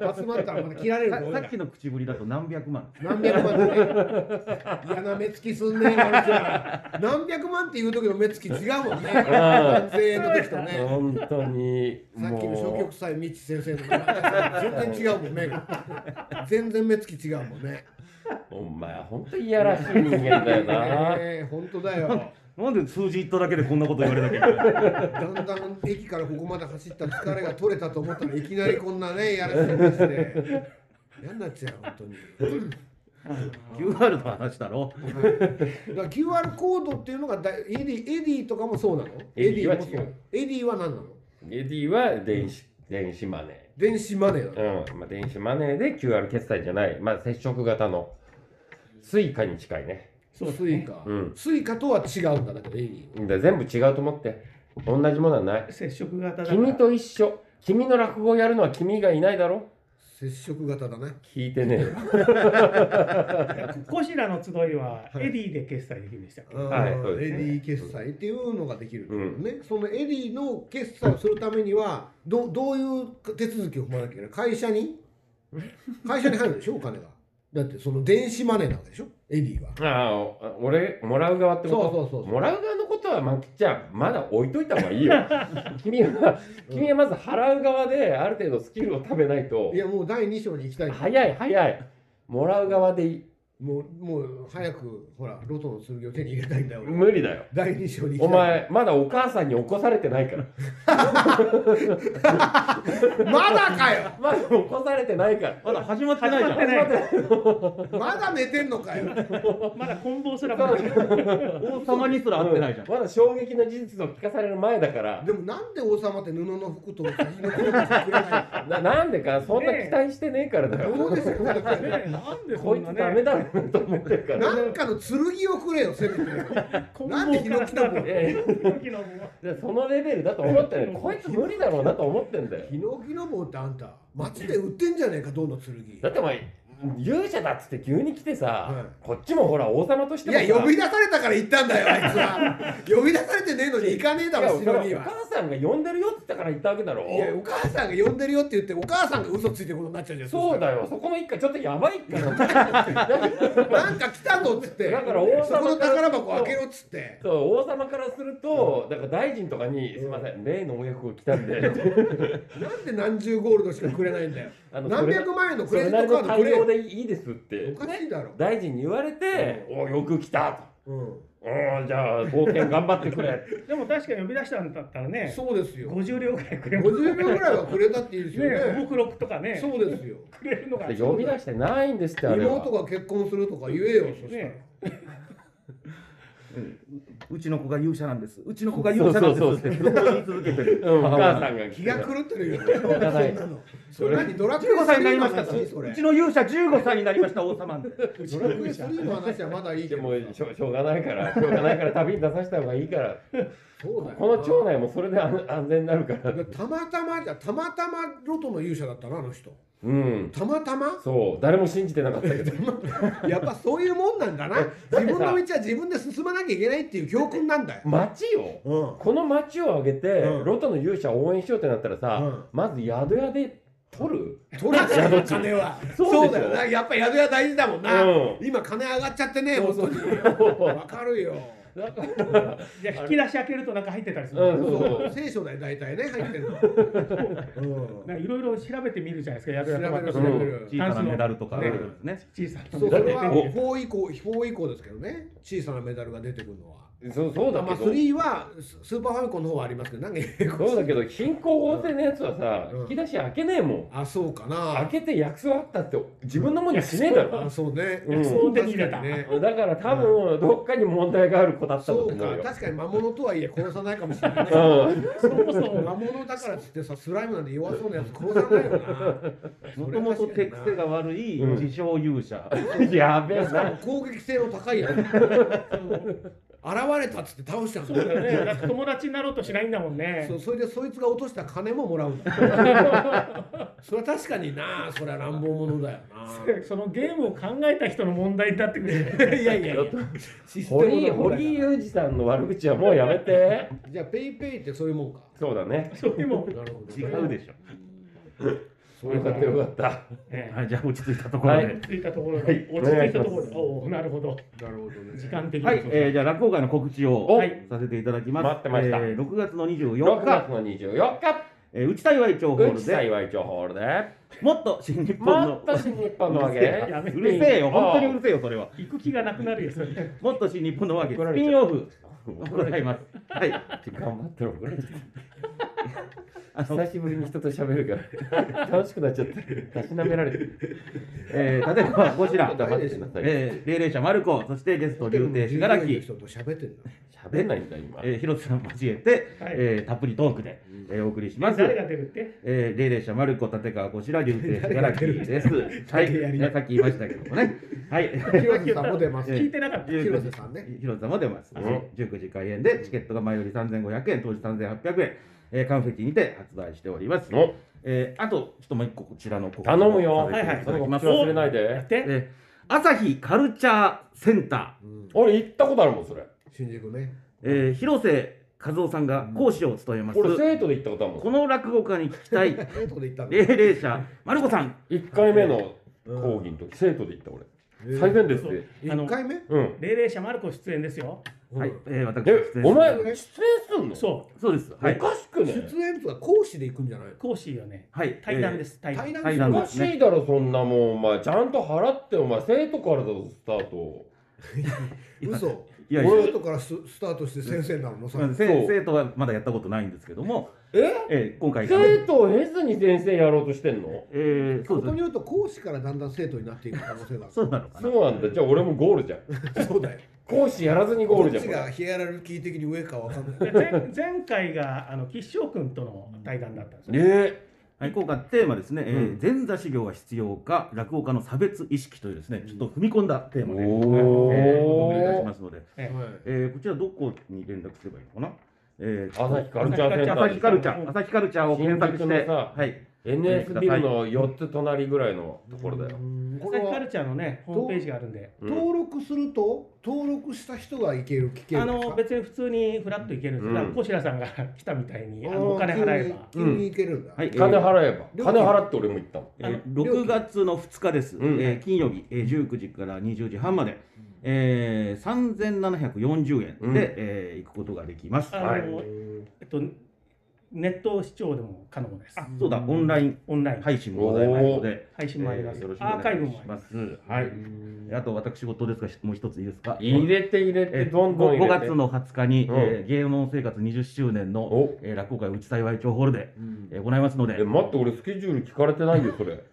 Speaker 3: ぞ集まったらまた切られるぞ
Speaker 1: ささっきの口ぶりだと何百万。
Speaker 3: 何百万でね嫌な目つきすんねえマルち ゃん何百万っていう時の目つき違うもんね
Speaker 4: ん
Speaker 3: 千円の時とね
Speaker 4: 本当に、
Speaker 3: さっきの消
Speaker 4: も
Speaker 3: 極臭い道先生の全然違うもんね全然目つき違うもんね
Speaker 4: う、お前、本当にいやらしい人間だよ な。
Speaker 3: ええ本当だよ
Speaker 1: なんで数字言っただけでこんなこと言われなきゃいけない。
Speaker 3: だんだん駅からここまで走った疲れが取れたと思ったらいきなりこんなねやらせにして嫌になっちゃう本当に
Speaker 1: QR の話だろ。
Speaker 3: だから QR コードっていうのがだエディエディとかもそうなの
Speaker 4: エディは
Speaker 3: もそう
Speaker 4: 違う
Speaker 3: エディは何なの
Speaker 4: エディは電子、電子マネ
Speaker 3: 電子マネーだ
Speaker 4: うんまあ、電子マネーで QR 決済じゃない、まあ、接触型のスイカに近いね、
Speaker 2: そうです
Speaker 3: スイ
Speaker 2: ね。
Speaker 3: カ、
Speaker 4: うん
Speaker 3: スイカとは違うんだだけどいい
Speaker 4: で全部違うと思って同じものはない
Speaker 2: 接触型だから。
Speaker 4: 君と一緒君の落語をやるのは君がいないだろ
Speaker 3: 接触型だね
Speaker 4: 聞いてねえよ
Speaker 2: コシラの集いは
Speaker 3: はい
Speaker 2: エディで決済できるんでしたっけ。
Speaker 4: はい
Speaker 3: うん
Speaker 4: そう
Speaker 3: エ
Speaker 4: です
Speaker 3: デ
Speaker 4: ね
Speaker 3: ィ決済っていうのができるんだ
Speaker 4: うん
Speaker 3: ね、そのエディの決済をするためにはどどういう手続きを踏まなきゃいけない会社に会社に入るでしょお金がだってその電子マネーなわけでしょエディは
Speaker 4: ああお俺もらう側ってこと
Speaker 3: そうそうそうそう
Speaker 4: もらう側のことはまきちゃんまだ置いといた方がいいよ 君は君はまず払う側である程度スキルを食べないと
Speaker 3: いやもう第2章に行きたい
Speaker 4: 早い早いもらう側でいい
Speaker 3: もうもう早くほらロトの剣を手に入れたいんだよ俺
Speaker 4: 無理だよ
Speaker 3: 第2章に行
Speaker 4: お
Speaker 3: きたい
Speaker 4: 前まだお母さんに起こされてないから
Speaker 3: まだかよ
Speaker 4: まだ起こされてないから
Speaker 1: まだ始まってないじゃん
Speaker 2: 始まってない
Speaker 3: まだ寝てんのかよ
Speaker 2: まだ棍棒すらも。
Speaker 1: 王様にすら会ってないじゃん、
Speaker 4: まだ衝撃の事実を聞かされる前だから
Speaker 3: でもなんで王様って 布の服と先のコートを着てらっしゃる
Speaker 4: ななんでかそんな
Speaker 2: ねえ
Speaker 4: 期待してねえからだよ
Speaker 3: どうですよこれ
Speaker 2: ねえなんでそ
Speaker 4: こい
Speaker 2: ん
Speaker 4: つ
Speaker 2: な
Speaker 4: ダメ
Speaker 2: ね。
Speaker 4: だろうなと思ってるから
Speaker 3: なんかの剣をくれよ、せめて。
Speaker 2: 棍
Speaker 3: なんでヒノ
Speaker 2: 棒
Speaker 3: キ
Speaker 2: か
Speaker 3: だ
Speaker 2: ら
Speaker 3: もん
Speaker 2: だと。
Speaker 4: いやいや
Speaker 2: ヒノキの棒
Speaker 4: でそのレベルだと思ってるこいつ無理だろうなと思ってんだよ
Speaker 3: ヒノ キの棒ってあんた、街で売ってんじゃねえか、どの剣。
Speaker 4: だってお前勇者だっつって急に来てさ、
Speaker 3: は
Speaker 4: こっちもほら王様としてもさ
Speaker 3: いや、呼び出されたから行ったんだよ、あいつ は。呼び出されてねえのに行かねえだろ、
Speaker 4: いや
Speaker 3: 城に
Speaker 4: お
Speaker 3: は。
Speaker 4: 母さんが呼んでるよっつったから言ったわけだろ
Speaker 3: いや、お母さんが呼んでるよって言って、お母さんが嘘ついてることになっちゃうじゃん。
Speaker 4: そうだ
Speaker 3: よ。
Speaker 4: よそこの一家ちょっとやばいっから
Speaker 3: なんか来たぞっつって。
Speaker 4: だから王様
Speaker 3: そこの宝箱開けろっつって。
Speaker 4: そう王様からするとだから大臣とかに「すいません例のお役を来たんで」
Speaker 3: なんで何十ゴールドしかくれないんだよ。
Speaker 4: あの
Speaker 3: 何百万円の
Speaker 4: そ
Speaker 3: クレ
Speaker 4: れ
Speaker 3: ジ
Speaker 4: な
Speaker 3: ッ
Speaker 4: り
Speaker 3: トカー
Speaker 4: の
Speaker 3: ドく
Speaker 4: 対応
Speaker 3: れ。
Speaker 4: でいいですって
Speaker 3: おかしいだろ。
Speaker 4: 大臣に言われて「およく来た」と
Speaker 3: うん。
Speaker 4: 「うんじゃあ冒険頑張って くれ」
Speaker 2: でも確かに呼び出したんだったらね。
Speaker 3: そうですよ。
Speaker 2: 五十両ぐらいくれます。
Speaker 3: 50秒ぐらいはくれたっていいです
Speaker 2: ね
Speaker 3: よ
Speaker 2: え、
Speaker 3: ね。
Speaker 2: 目録とかね。
Speaker 3: そうですよ。
Speaker 2: くれるのが。
Speaker 4: で呼び出してないんですってあれは
Speaker 3: 妹が結婚するとか言えよ、そしたら。
Speaker 2: ね
Speaker 1: うちの子が勇者なんですうちの子が勇者なんですってずっと言い続けてる
Speaker 4: うん、お
Speaker 1: 母
Speaker 4: 母
Speaker 1: 親
Speaker 4: さんが
Speaker 3: 気が狂ってるよ。そん
Speaker 4: がない
Speaker 3: なの。それ何ドラクエ
Speaker 1: 15歳になりま
Speaker 3: の
Speaker 1: した
Speaker 3: 話そうれ。
Speaker 1: ちの勇者15歳になりました王様で
Speaker 3: ドラクエ3の話はまだいいけ
Speaker 4: で
Speaker 3: ど
Speaker 4: もしょしょうがないからしょうがないから旅に出させた方がいいから
Speaker 3: そうだよ。
Speaker 4: この町内もそれで安安全になるから
Speaker 3: たまたまじゃたまたまロトの勇者だったなあの人。
Speaker 4: うん
Speaker 3: たまたま。
Speaker 4: そう誰も信じてなかったけど
Speaker 3: やっぱそういうもんなんだな。自分の道は自分で進まなきゃいけないっていう教訓なんだよ。
Speaker 4: 町よ
Speaker 3: うん。
Speaker 4: この町を挙げて、
Speaker 3: うん
Speaker 4: ロトの勇者を応援しようってなったらさ、
Speaker 3: うん
Speaker 4: まず宿屋で取る
Speaker 3: 取らない金は。
Speaker 4: そう
Speaker 3: そ
Speaker 4: で
Speaker 3: う
Speaker 4: しょ
Speaker 3: だよな。やっぱ宿屋大事だもんな
Speaker 4: うん。
Speaker 3: 今金上がっちゃってね、
Speaker 4: そう
Speaker 3: 本
Speaker 4: そ
Speaker 3: 当
Speaker 4: う
Speaker 3: に。わかるよ。
Speaker 4: だから
Speaker 2: じゃあ引き出し開けると中入ってたりする。
Speaker 4: うん
Speaker 3: そう聖書だよ大体ね入ってるの。うん
Speaker 2: なんかいろいろ調べてみるじゃないですか。宿屋
Speaker 3: 調
Speaker 2: 泊ま
Speaker 3: べ
Speaker 2: っ
Speaker 3: る調べる。
Speaker 2: たとこ
Speaker 1: 小さなメダルとか出てくるんですね
Speaker 2: 小さな
Speaker 3: そうそれ
Speaker 4: だ
Speaker 3: は
Speaker 4: って
Speaker 3: 4以降4以降ですけどね小さなメダルが出てくるのは。
Speaker 4: そうそうだ
Speaker 3: ま
Speaker 4: け
Speaker 3: あ
Speaker 4: ど、
Speaker 3: 3はススーパーファミコンの方はありますけどなんか
Speaker 4: そうだけど貧困法制のやつはさ、
Speaker 3: うん
Speaker 4: 引き出し開けねえもん
Speaker 3: あそうか
Speaker 4: 開
Speaker 3: な。
Speaker 4: けて薬草あったって自分のもんにはしねえだろ
Speaker 3: あそうね。
Speaker 4: うん
Speaker 2: 薬草を手に入れた
Speaker 3: 確かにね。
Speaker 4: だから多分どっかに問題がある子だったんだと
Speaker 3: そ
Speaker 4: 思
Speaker 3: う
Speaker 4: う
Speaker 3: か
Speaker 4: よ。
Speaker 3: 確かに魔物とはいえ殺さないかもしれないね。
Speaker 4: うん、
Speaker 2: そもそも
Speaker 3: 魔物だからっつってさスライムなんで弱そうなやつ殺さないよな。
Speaker 1: もともと手癖が悪い
Speaker 4: うん
Speaker 1: 自称勇者、
Speaker 4: やべえな。
Speaker 3: 攻撃性の高いやつ。 現れたっつって倒しちゃう
Speaker 2: そ
Speaker 3: の
Speaker 2: うだよね。なんか友達になろうとしないんだもんね
Speaker 3: そ。うそれでそいつが落とした金ももらうんだそれは確かになそれは乱暴者だよ な
Speaker 2: そのゲームを考えた人の問題になってくるよね。
Speaker 3: いやいやいやシステム
Speaker 4: 堀
Speaker 3: の問題だ
Speaker 4: 堀井裕二さんの悪口はもうやめて。
Speaker 3: じゃあペイペイってそういうもんか
Speaker 4: そうだね。
Speaker 2: そういうもん。
Speaker 3: なるほど
Speaker 1: 違うでしょ、
Speaker 4: よかったよかった。
Speaker 2: ええ
Speaker 1: はい、じゃあ落ち着いたところで、
Speaker 4: は
Speaker 2: 落ち着いたところ
Speaker 4: は
Speaker 2: で
Speaker 4: い、
Speaker 2: 落ち着いたところ
Speaker 4: お願いし
Speaker 2: で、おお、なるほど。
Speaker 3: なるほどね
Speaker 2: 時間的に。
Speaker 1: はい、えー、じゃあ落語会の告知を
Speaker 4: お
Speaker 1: させていただきます。
Speaker 4: 待ってました
Speaker 1: えー6月の24
Speaker 4: 6
Speaker 1: 日、
Speaker 4: 月の24日、
Speaker 1: えー、内田岩井町ホー
Speaker 4: うち
Speaker 1: ルで、
Speaker 4: 幸い町ホールで、
Speaker 1: もっと新日本
Speaker 4: もっ
Speaker 1: の、
Speaker 4: と新日本のわけ。
Speaker 2: やめ
Speaker 1: う
Speaker 2: て
Speaker 1: るせえよ、本当にう
Speaker 4: う
Speaker 1: るせえよ、それは。
Speaker 2: 行く気がなくなるよ。それ
Speaker 1: もっと新日本のわけ、
Speaker 4: 怒ら
Speaker 1: ス
Speaker 4: れちゃう
Speaker 1: ピンオフ、ございます。はい、
Speaker 4: 頑張ってる。
Speaker 1: あの
Speaker 4: 久しぶりに人と喋るから、楽しくなっちゃって、たしなめられてる。
Speaker 1: えー、例えばこちら、
Speaker 4: 黙ってなさい。
Speaker 1: えー、霊霊者マルコ、そしてゲスト、竜亭信
Speaker 3: ら
Speaker 1: 楽、
Speaker 3: 人と喋ってんだ。
Speaker 4: 喋んないんだ、今。
Speaker 1: えー、広瀬さん交えて、
Speaker 2: はい
Speaker 1: えーたっぷりトークで、えーお送りします。
Speaker 2: 誰が出るって
Speaker 1: えー、霊霊者マルコ、立川こちら、竜亭信楽です。はい、
Speaker 3: 誰やり
Speaker 1: ねさっき言いましたけどもね。はい、
Speaker 3: 広瀬さんも出ます。
Speaker 2: 聞いてなかった。
Speaker 3: 広瀬さんね。
Speaker 1: 広瀬さんも出ます。
Speaker 4: うん
Speaker 1: 19時開演で、チケットが前より3500円、当時3800円、えー、カンフェティにて発売しております。
Speaker 4: お
Speaker 1: えー、あと、ちょっともう一個こちらの告知を
Speaker 4: 頼むよ。
Speaker 1: させていただきます
Speaker 4: それ忘れない
Speaker 2: やっ
Speaker 4: で。
Speaker 2: て。
Speaker 1: えー朝日カルチャーセンタ
Speaker 3: う
Speaker 1: ー。
Speaker 3: ん
Speaker 4: 俺行ったことあるもん、それ。
Speaker 3: 新宿ね。
Speaker 1: えー広瀬和夫さんが講師を務めます、
Speaker 4: 俺生徒で行ったことあるも
Speaker 1: こ
Speaker 4: ん。
Speaker 1: の落語家に聞きたい
Speaker 3: ええとこで行ったんだ。
Speaker 1: 霊霊者まる子さん
Speaker 4: 1回目の
Speaker 3: うん
Speaker 4: 講義の時、生徒で行った俺。
Speaker 3: ええ
Speaker 4: 最前列で。
Speaker 2: あの
Speaker 3: 一回目。
Speaker 4: うん。
Speaker 2: 霊霊者マルコ出演ですよ。
Speaker 1: はい、えー、私
Speaker 4: え、
Speaker 1: 出演
Speaker 4: お前、
Speaker 1: し
Speaker 4: 出演すんの
Speaker 2: そ
Speaker 1: ますそうです
Speaker 4: お
Speaker 1: はい
Speaker 4: かしくね。
Speaker 3: 出演とは講師で行くんじゃないの
Speaker 2: う。。講師よね。
Speaker 1: はい、
Speaker 2: 対談ですす。対談。
Speaker 3: 対談
Speaker 1: 対
Speaker 4: お
Speaker 1: 談
Speaker 4: か
Speaker 1: で
Speaker 4: し
Speaker 1: すね
Speaker 4: いだろ、そんなもん、お前。ちゃんと払って、お前、生徒からだぞ、スタート。
Speaker 3: 嘘。
Speaker 1: いやいや
Speaker 3: 生徒からススタートして先生になるのさ。
Speaker 1: うんせ生徒はまだやったことないんですけども、
Speaker 4: え
Speaker 1: えー、今回が
Speaker 4: 生徒を経ずに先生やろうとしてんの
Speaker 1: えー、
Speaker 3: こ
Speaker 1: そうで
Speaker 3: こ
Speaker 1: す
Speaker 3: によると講師からだんだん生徒になっていく可能性が
Speaker 1: そうなのかな
Speaker 4: そうなんだ。じゃあ、俺もゴールじゃん。
Speaker 3: ある。そうだよ。
Speaker 4: 講師やらずにゴー
Speaker 3: ど
Speaker 4: ル
Speaker 3: っ
Speaker 4: じゃん
Speaker 3: ち
Speaker 4: これ
Speaker 3: が。ヒエラルキー的に上かわかんない。
Speaker 2: で前前 回があの吉祥君との対談だったんですよ。
Speaker 4: ね
Speaker 1: はい、今回テーマですね、え
Speaker 4: うん
Speaker 1: ー、前座修行が必要か落語家の差別意識というですねちょっと踏み込んだテーマで、
Speaker 4: おー
Speaker 1: えー、お送りいたしますので、
Speaker 2: え
Speaker 1: えー、こちらどこに連絡すればいいのかな、えー、
Speaker 4: 朝日カルチャーセンター
Speaker 1: 朝日カルチャ
Speaker 2: う
Speaker 1: ー、
Speaker 2: ん
Speaker 1: 朝日カルチャーを検索し
Speaker 4: 新
Speaker 1: て、
Speaker 4: 宿のさ
Speaker 1: はい、
Speaker 4: NS ビルの4つ隣ぐらいのところだよ。
Speaker 3: うんこ
Speaker 2: 朝
Speaker 3: れ
Speaker 2: 日カ
Speaker 3: は
Speaker 2: ルチャーのねホームページがあるんで。
Speaker 4: うん
Speaker 3: 登録すると登録した人が行ける聞ける
Speaker 2: あ
Speaker 3: んです
Speaker 2: の
Speaker 3: か。
Speaker 2: 別に普通にフラッと行けるんです
Speaker 4: う
Speaker 2: よ。
Speaker 4: ん
Speaker 2: だから小白さんが 来たみたいにあのお金払えば。
Speaker 3: 急に急に行けるんだ。
Speaker 1: はい、えー
Speaker 4: 金払えば。
Speaker 3: 料金
Speaker 4: 金払って俺も行ったもん。
Speaker 1: えー6月の2日です、
Speaker 4: うん
Speaker 1: えー金曜日、えー、19時から20時半まで、えー、3740円で、
Speaker 4: うん
Speaker 1: えー行くことができます。
Speaker 2: あ
Speaker 4: はい
Speaker 2: のえっとネット視聴でも可能です。
Speaker 1: あそうだ、オンライン
Speaker 2: オンライン
Speaker 1: 配信もございますので、
Speaker 2: 配信もあります
Speaker 1: えーよろし。くお
Speaker 2: アーカイブ
Speaker 1: 願い
Speaker 2: もあ
Speaker 1: し
Speaker 2: りま。
Speaker 1: ますす。はい、あと私事ですが、もう一ついいですか。
Speaker 4: 入れて入れ
Speaker 1: え
Speaker 4: て、
Speaker 1: ー、
Speaker 4: どんどん入れ
Speaker 1: 5
Speaker 4: て。
Speaker 1: 月の20日に、
Speaker 4: うん
Speaker 1: えー芸能生活20周年の
Speaker 4: お、
Speaker 1: えー、落語会内幸町ホールで、
Speaker 3: うん
Speaker 1: えー、行いますので
Speaker 4: え、、待って、俺スケジュール聞かれてないよ、それ。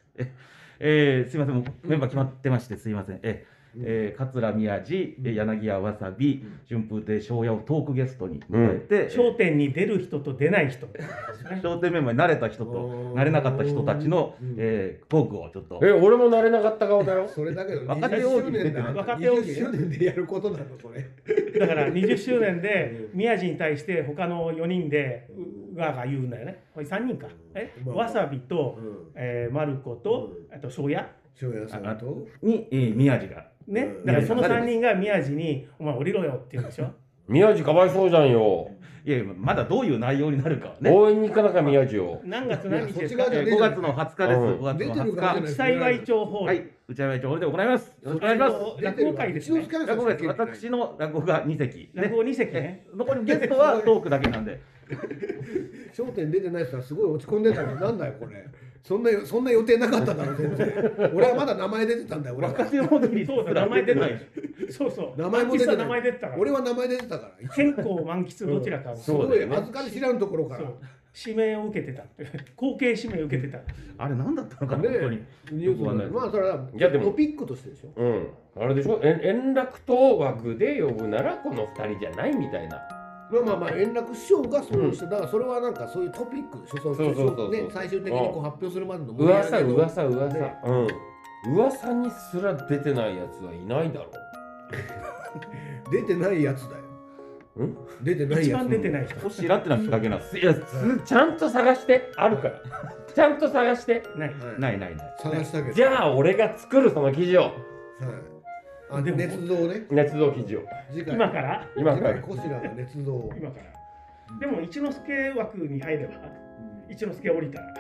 Speaker 1: えー、すみません、もうメンバー決まってまして、すみません。えー
Speaker 3: うん
Speaker 1: えー、桂宮治、えー柳家わさび、春風亭昇也をトークゲストに迎えて、えー
Speaker 2: 商店に出る人と出ない人ですね。
Speaker 1: 笑点メンバーに慣れた人
Speaker 3: お
Speaker 1: と
Speaker 3: ー
Speaker 1: 慣れなかった人たちの
Speaker 3: うん、
Speaker 1: えー、トークをちょっと
Speaker 4: え、俺も慣れなかった顔だ よ。
Speaker 3: それだけど
Speaker 1: 若手大喜利出てない
Speaker 3: 20
Speaker 2: 若手大喜利
Speaker 3: 20周年でやることなのそれ。
Speaker 2: だから20周年で宮治に対して他の4人でうわーが言うんだよね。これ3人か。え
Speaker 3: まあ
Speaker 2: わさびと、
Speaker 3: うん
Speaker 2: えー、マルコと、あと庄屋
Speaker 3: 翔也さんと。
Speaker 1: に、えー、宮治が
Speaker 2: ね
Speaker 3: うん。
Speaker 2: だからその3人が宮治に「お前降りろよ」って言うんでしょ。
Speaker 4: 宮治かわいそうじゃんよ。
Speaker 1: いやいやまだどういう内容になるかはね、
Speaker 4: 応援に行かなきゃ宮治を。
Speaker 2: 何月何日です
Speaker 3: い
Speaker 2: か
Speaker 3: やそっち側じ
Speaker 1: え
Speaker 3: ゃ
Speaker 1: ー、
Speaker 3: ね
Speaker 1: 5月の20日です、
Speaker 4: うん
Speaker 1: 5月の
Speaker 3: 出てるからじゃ
Speaker 1: 20
Speaker 3: な
Speaker 2: 幸い町ホー
Speaker 1: 日
Speaker 2: ル。
Speaker 1: はい内山町ホールで行いますよろしくお願いします
Speaker 2: 落語会ですね
Speaker 1: 落語会です私の落語が2席
Speaker 2: 落
Speaker 1: ね
Speaker 2: 語2席ね。
Speaker 1: 残りゲストはトークだけなんで
Speaker 3: 商点出てない人はすごい落ち込んでたのなんだよこれ。そんなそんな予定なかっただろ全然。俺はまだ名前出てたんだよ俺
Speaker 1: 若
Speaker 3: は。
Speaker 1: 手の時に
Speaker 2: そうだ名前出ない。そうそう。
Speaker 3: 名前も出て
Speaker 2: 満喫
Speaker 3: な。
Speaker 2: はい名前出てたから。
Speaker 3: 俺は名前出てたから。
Speaker 2: 健康満喫どちらか。
Speaker 3: すご
Speaker 1: そう
Speaker 3: い
Speaker 1: だよね
Speaker 3: 預かり知らんところか
Speaker 2: そ
Speaker 3: ら
Speaker 2: う。指名を受けてた。後継指名を受けてた。
Speaker 1: あれ何だったのかな、
Speaker 3: ね
Speaker 1: 本当に
Speaker 3: ニュースはねまあそれはい
Speaker 4: やでも
Speaker 3: トピックとしてでしょ。
Speaker 4: うん。あれでしょえ円楽と枠で呼ぶならこの2人じゃないみたいな。
Speaker 3: まあまあまあ円楽師匠がそうして、だからそれはなんかそういうトピックでしょ。
Speaker 4: そうそうそうそう
Speaker 3: ね最終的にこう発表するまでの盛り上
Speaker 4: 噂
Speaker 3: がりの
Speaker 4: 噂噂、
Speaker 3: ね
Speaker 4: うん噂にすら出てないやつはいないだろ
Speaker 3: 出てないやつだよ。
Speaker 4: ん
Speaker 3: 出てない
Speaker 2: 一
Speaker 3: や
Speaker 2: 番
Speaker 3: つ。
Speaker 2: 出てない人。
Speaker 1: こしらってな人だけなんです
Speaker 4: ういやちゃんと探してあ るからちゃんと探して
Speaker 2: ない。
Speaker 3: はい
Speaker 1: ないないない
Speaker 3: 探したけど。
Speaker 4: じゃあ俺が作るその記事を
Speaker 3: はい。あ、
Speaker 2: でも
Speaker 3: 捏造ね。
Speaker 4: 捏造記事を
Speaker 3: 次回。
Speaker 2: 今から
Speaker 4: 今
Speaker 3: 次
Speaker 4: か
Speaker 3: 回
Speaker 4: ら
Speaker 3: こちらが捏造。
Speaker 2: 今から。でも一之輔枠に入れば一之輔降りたら。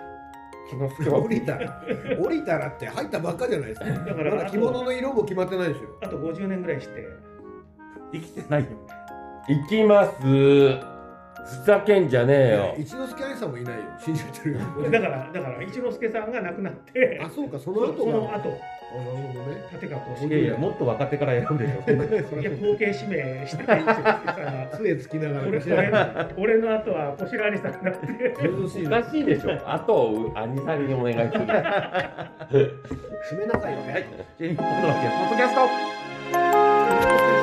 Speaker 4: 木之助
Speaker 3: 降
Speaker 4: は
Speaker 3: りたら、降りたらって入ったばっかじゃないですか。
Speaker 2: だか
Speaker 3: まだ
Speaker 2: らあ
Speaker 3: 着物
Speaker 2: と
Speaker 3: の色も決まってないでしょ。
Speaker 2: あと50年ぐらいして。
Speaker 1: 生きてないよ
Speaker 4: 行きますふざけんじゃねえよ
Speaker 3: 一之輔兄さんもいないよ。死んじゃってるよ。
Speaker 2: だからだから一之輔さんが亡くなって。
Speaker 3: あ、そうか、そ
Speaker 2: そ
Speaker 3: の後
Speaker 2: の
Speaker 3: は。
Speaker 2: 後
Speaker 3: あなるほどね
Speaker 2: 縦がこう
Speaker 1: いやいや、もっと若手から選ぶでしょ。
Speaker 3: そ
Speaker 2: い
Speaker 3: れ
Speaker 2: や
Speaker 3: は
Speaker 2: 後継指名してないんですよさ
Speaker 3: 杖つきながら
Speaker 2: 俺
Speaker 3: 腰や
Speaker 2: 俺俺の後は小白兄さんになって
Speaker 3: 涼しい
Speaker 4: お
Speaker 3: な
Speaker 4: かしいでしょ。あと、兄さんにお願いする。
Speaker 3: 締めなさいよ
Speaker 1: はい、ジェニーポッドのポッドキャスト。
Speaker 3: ね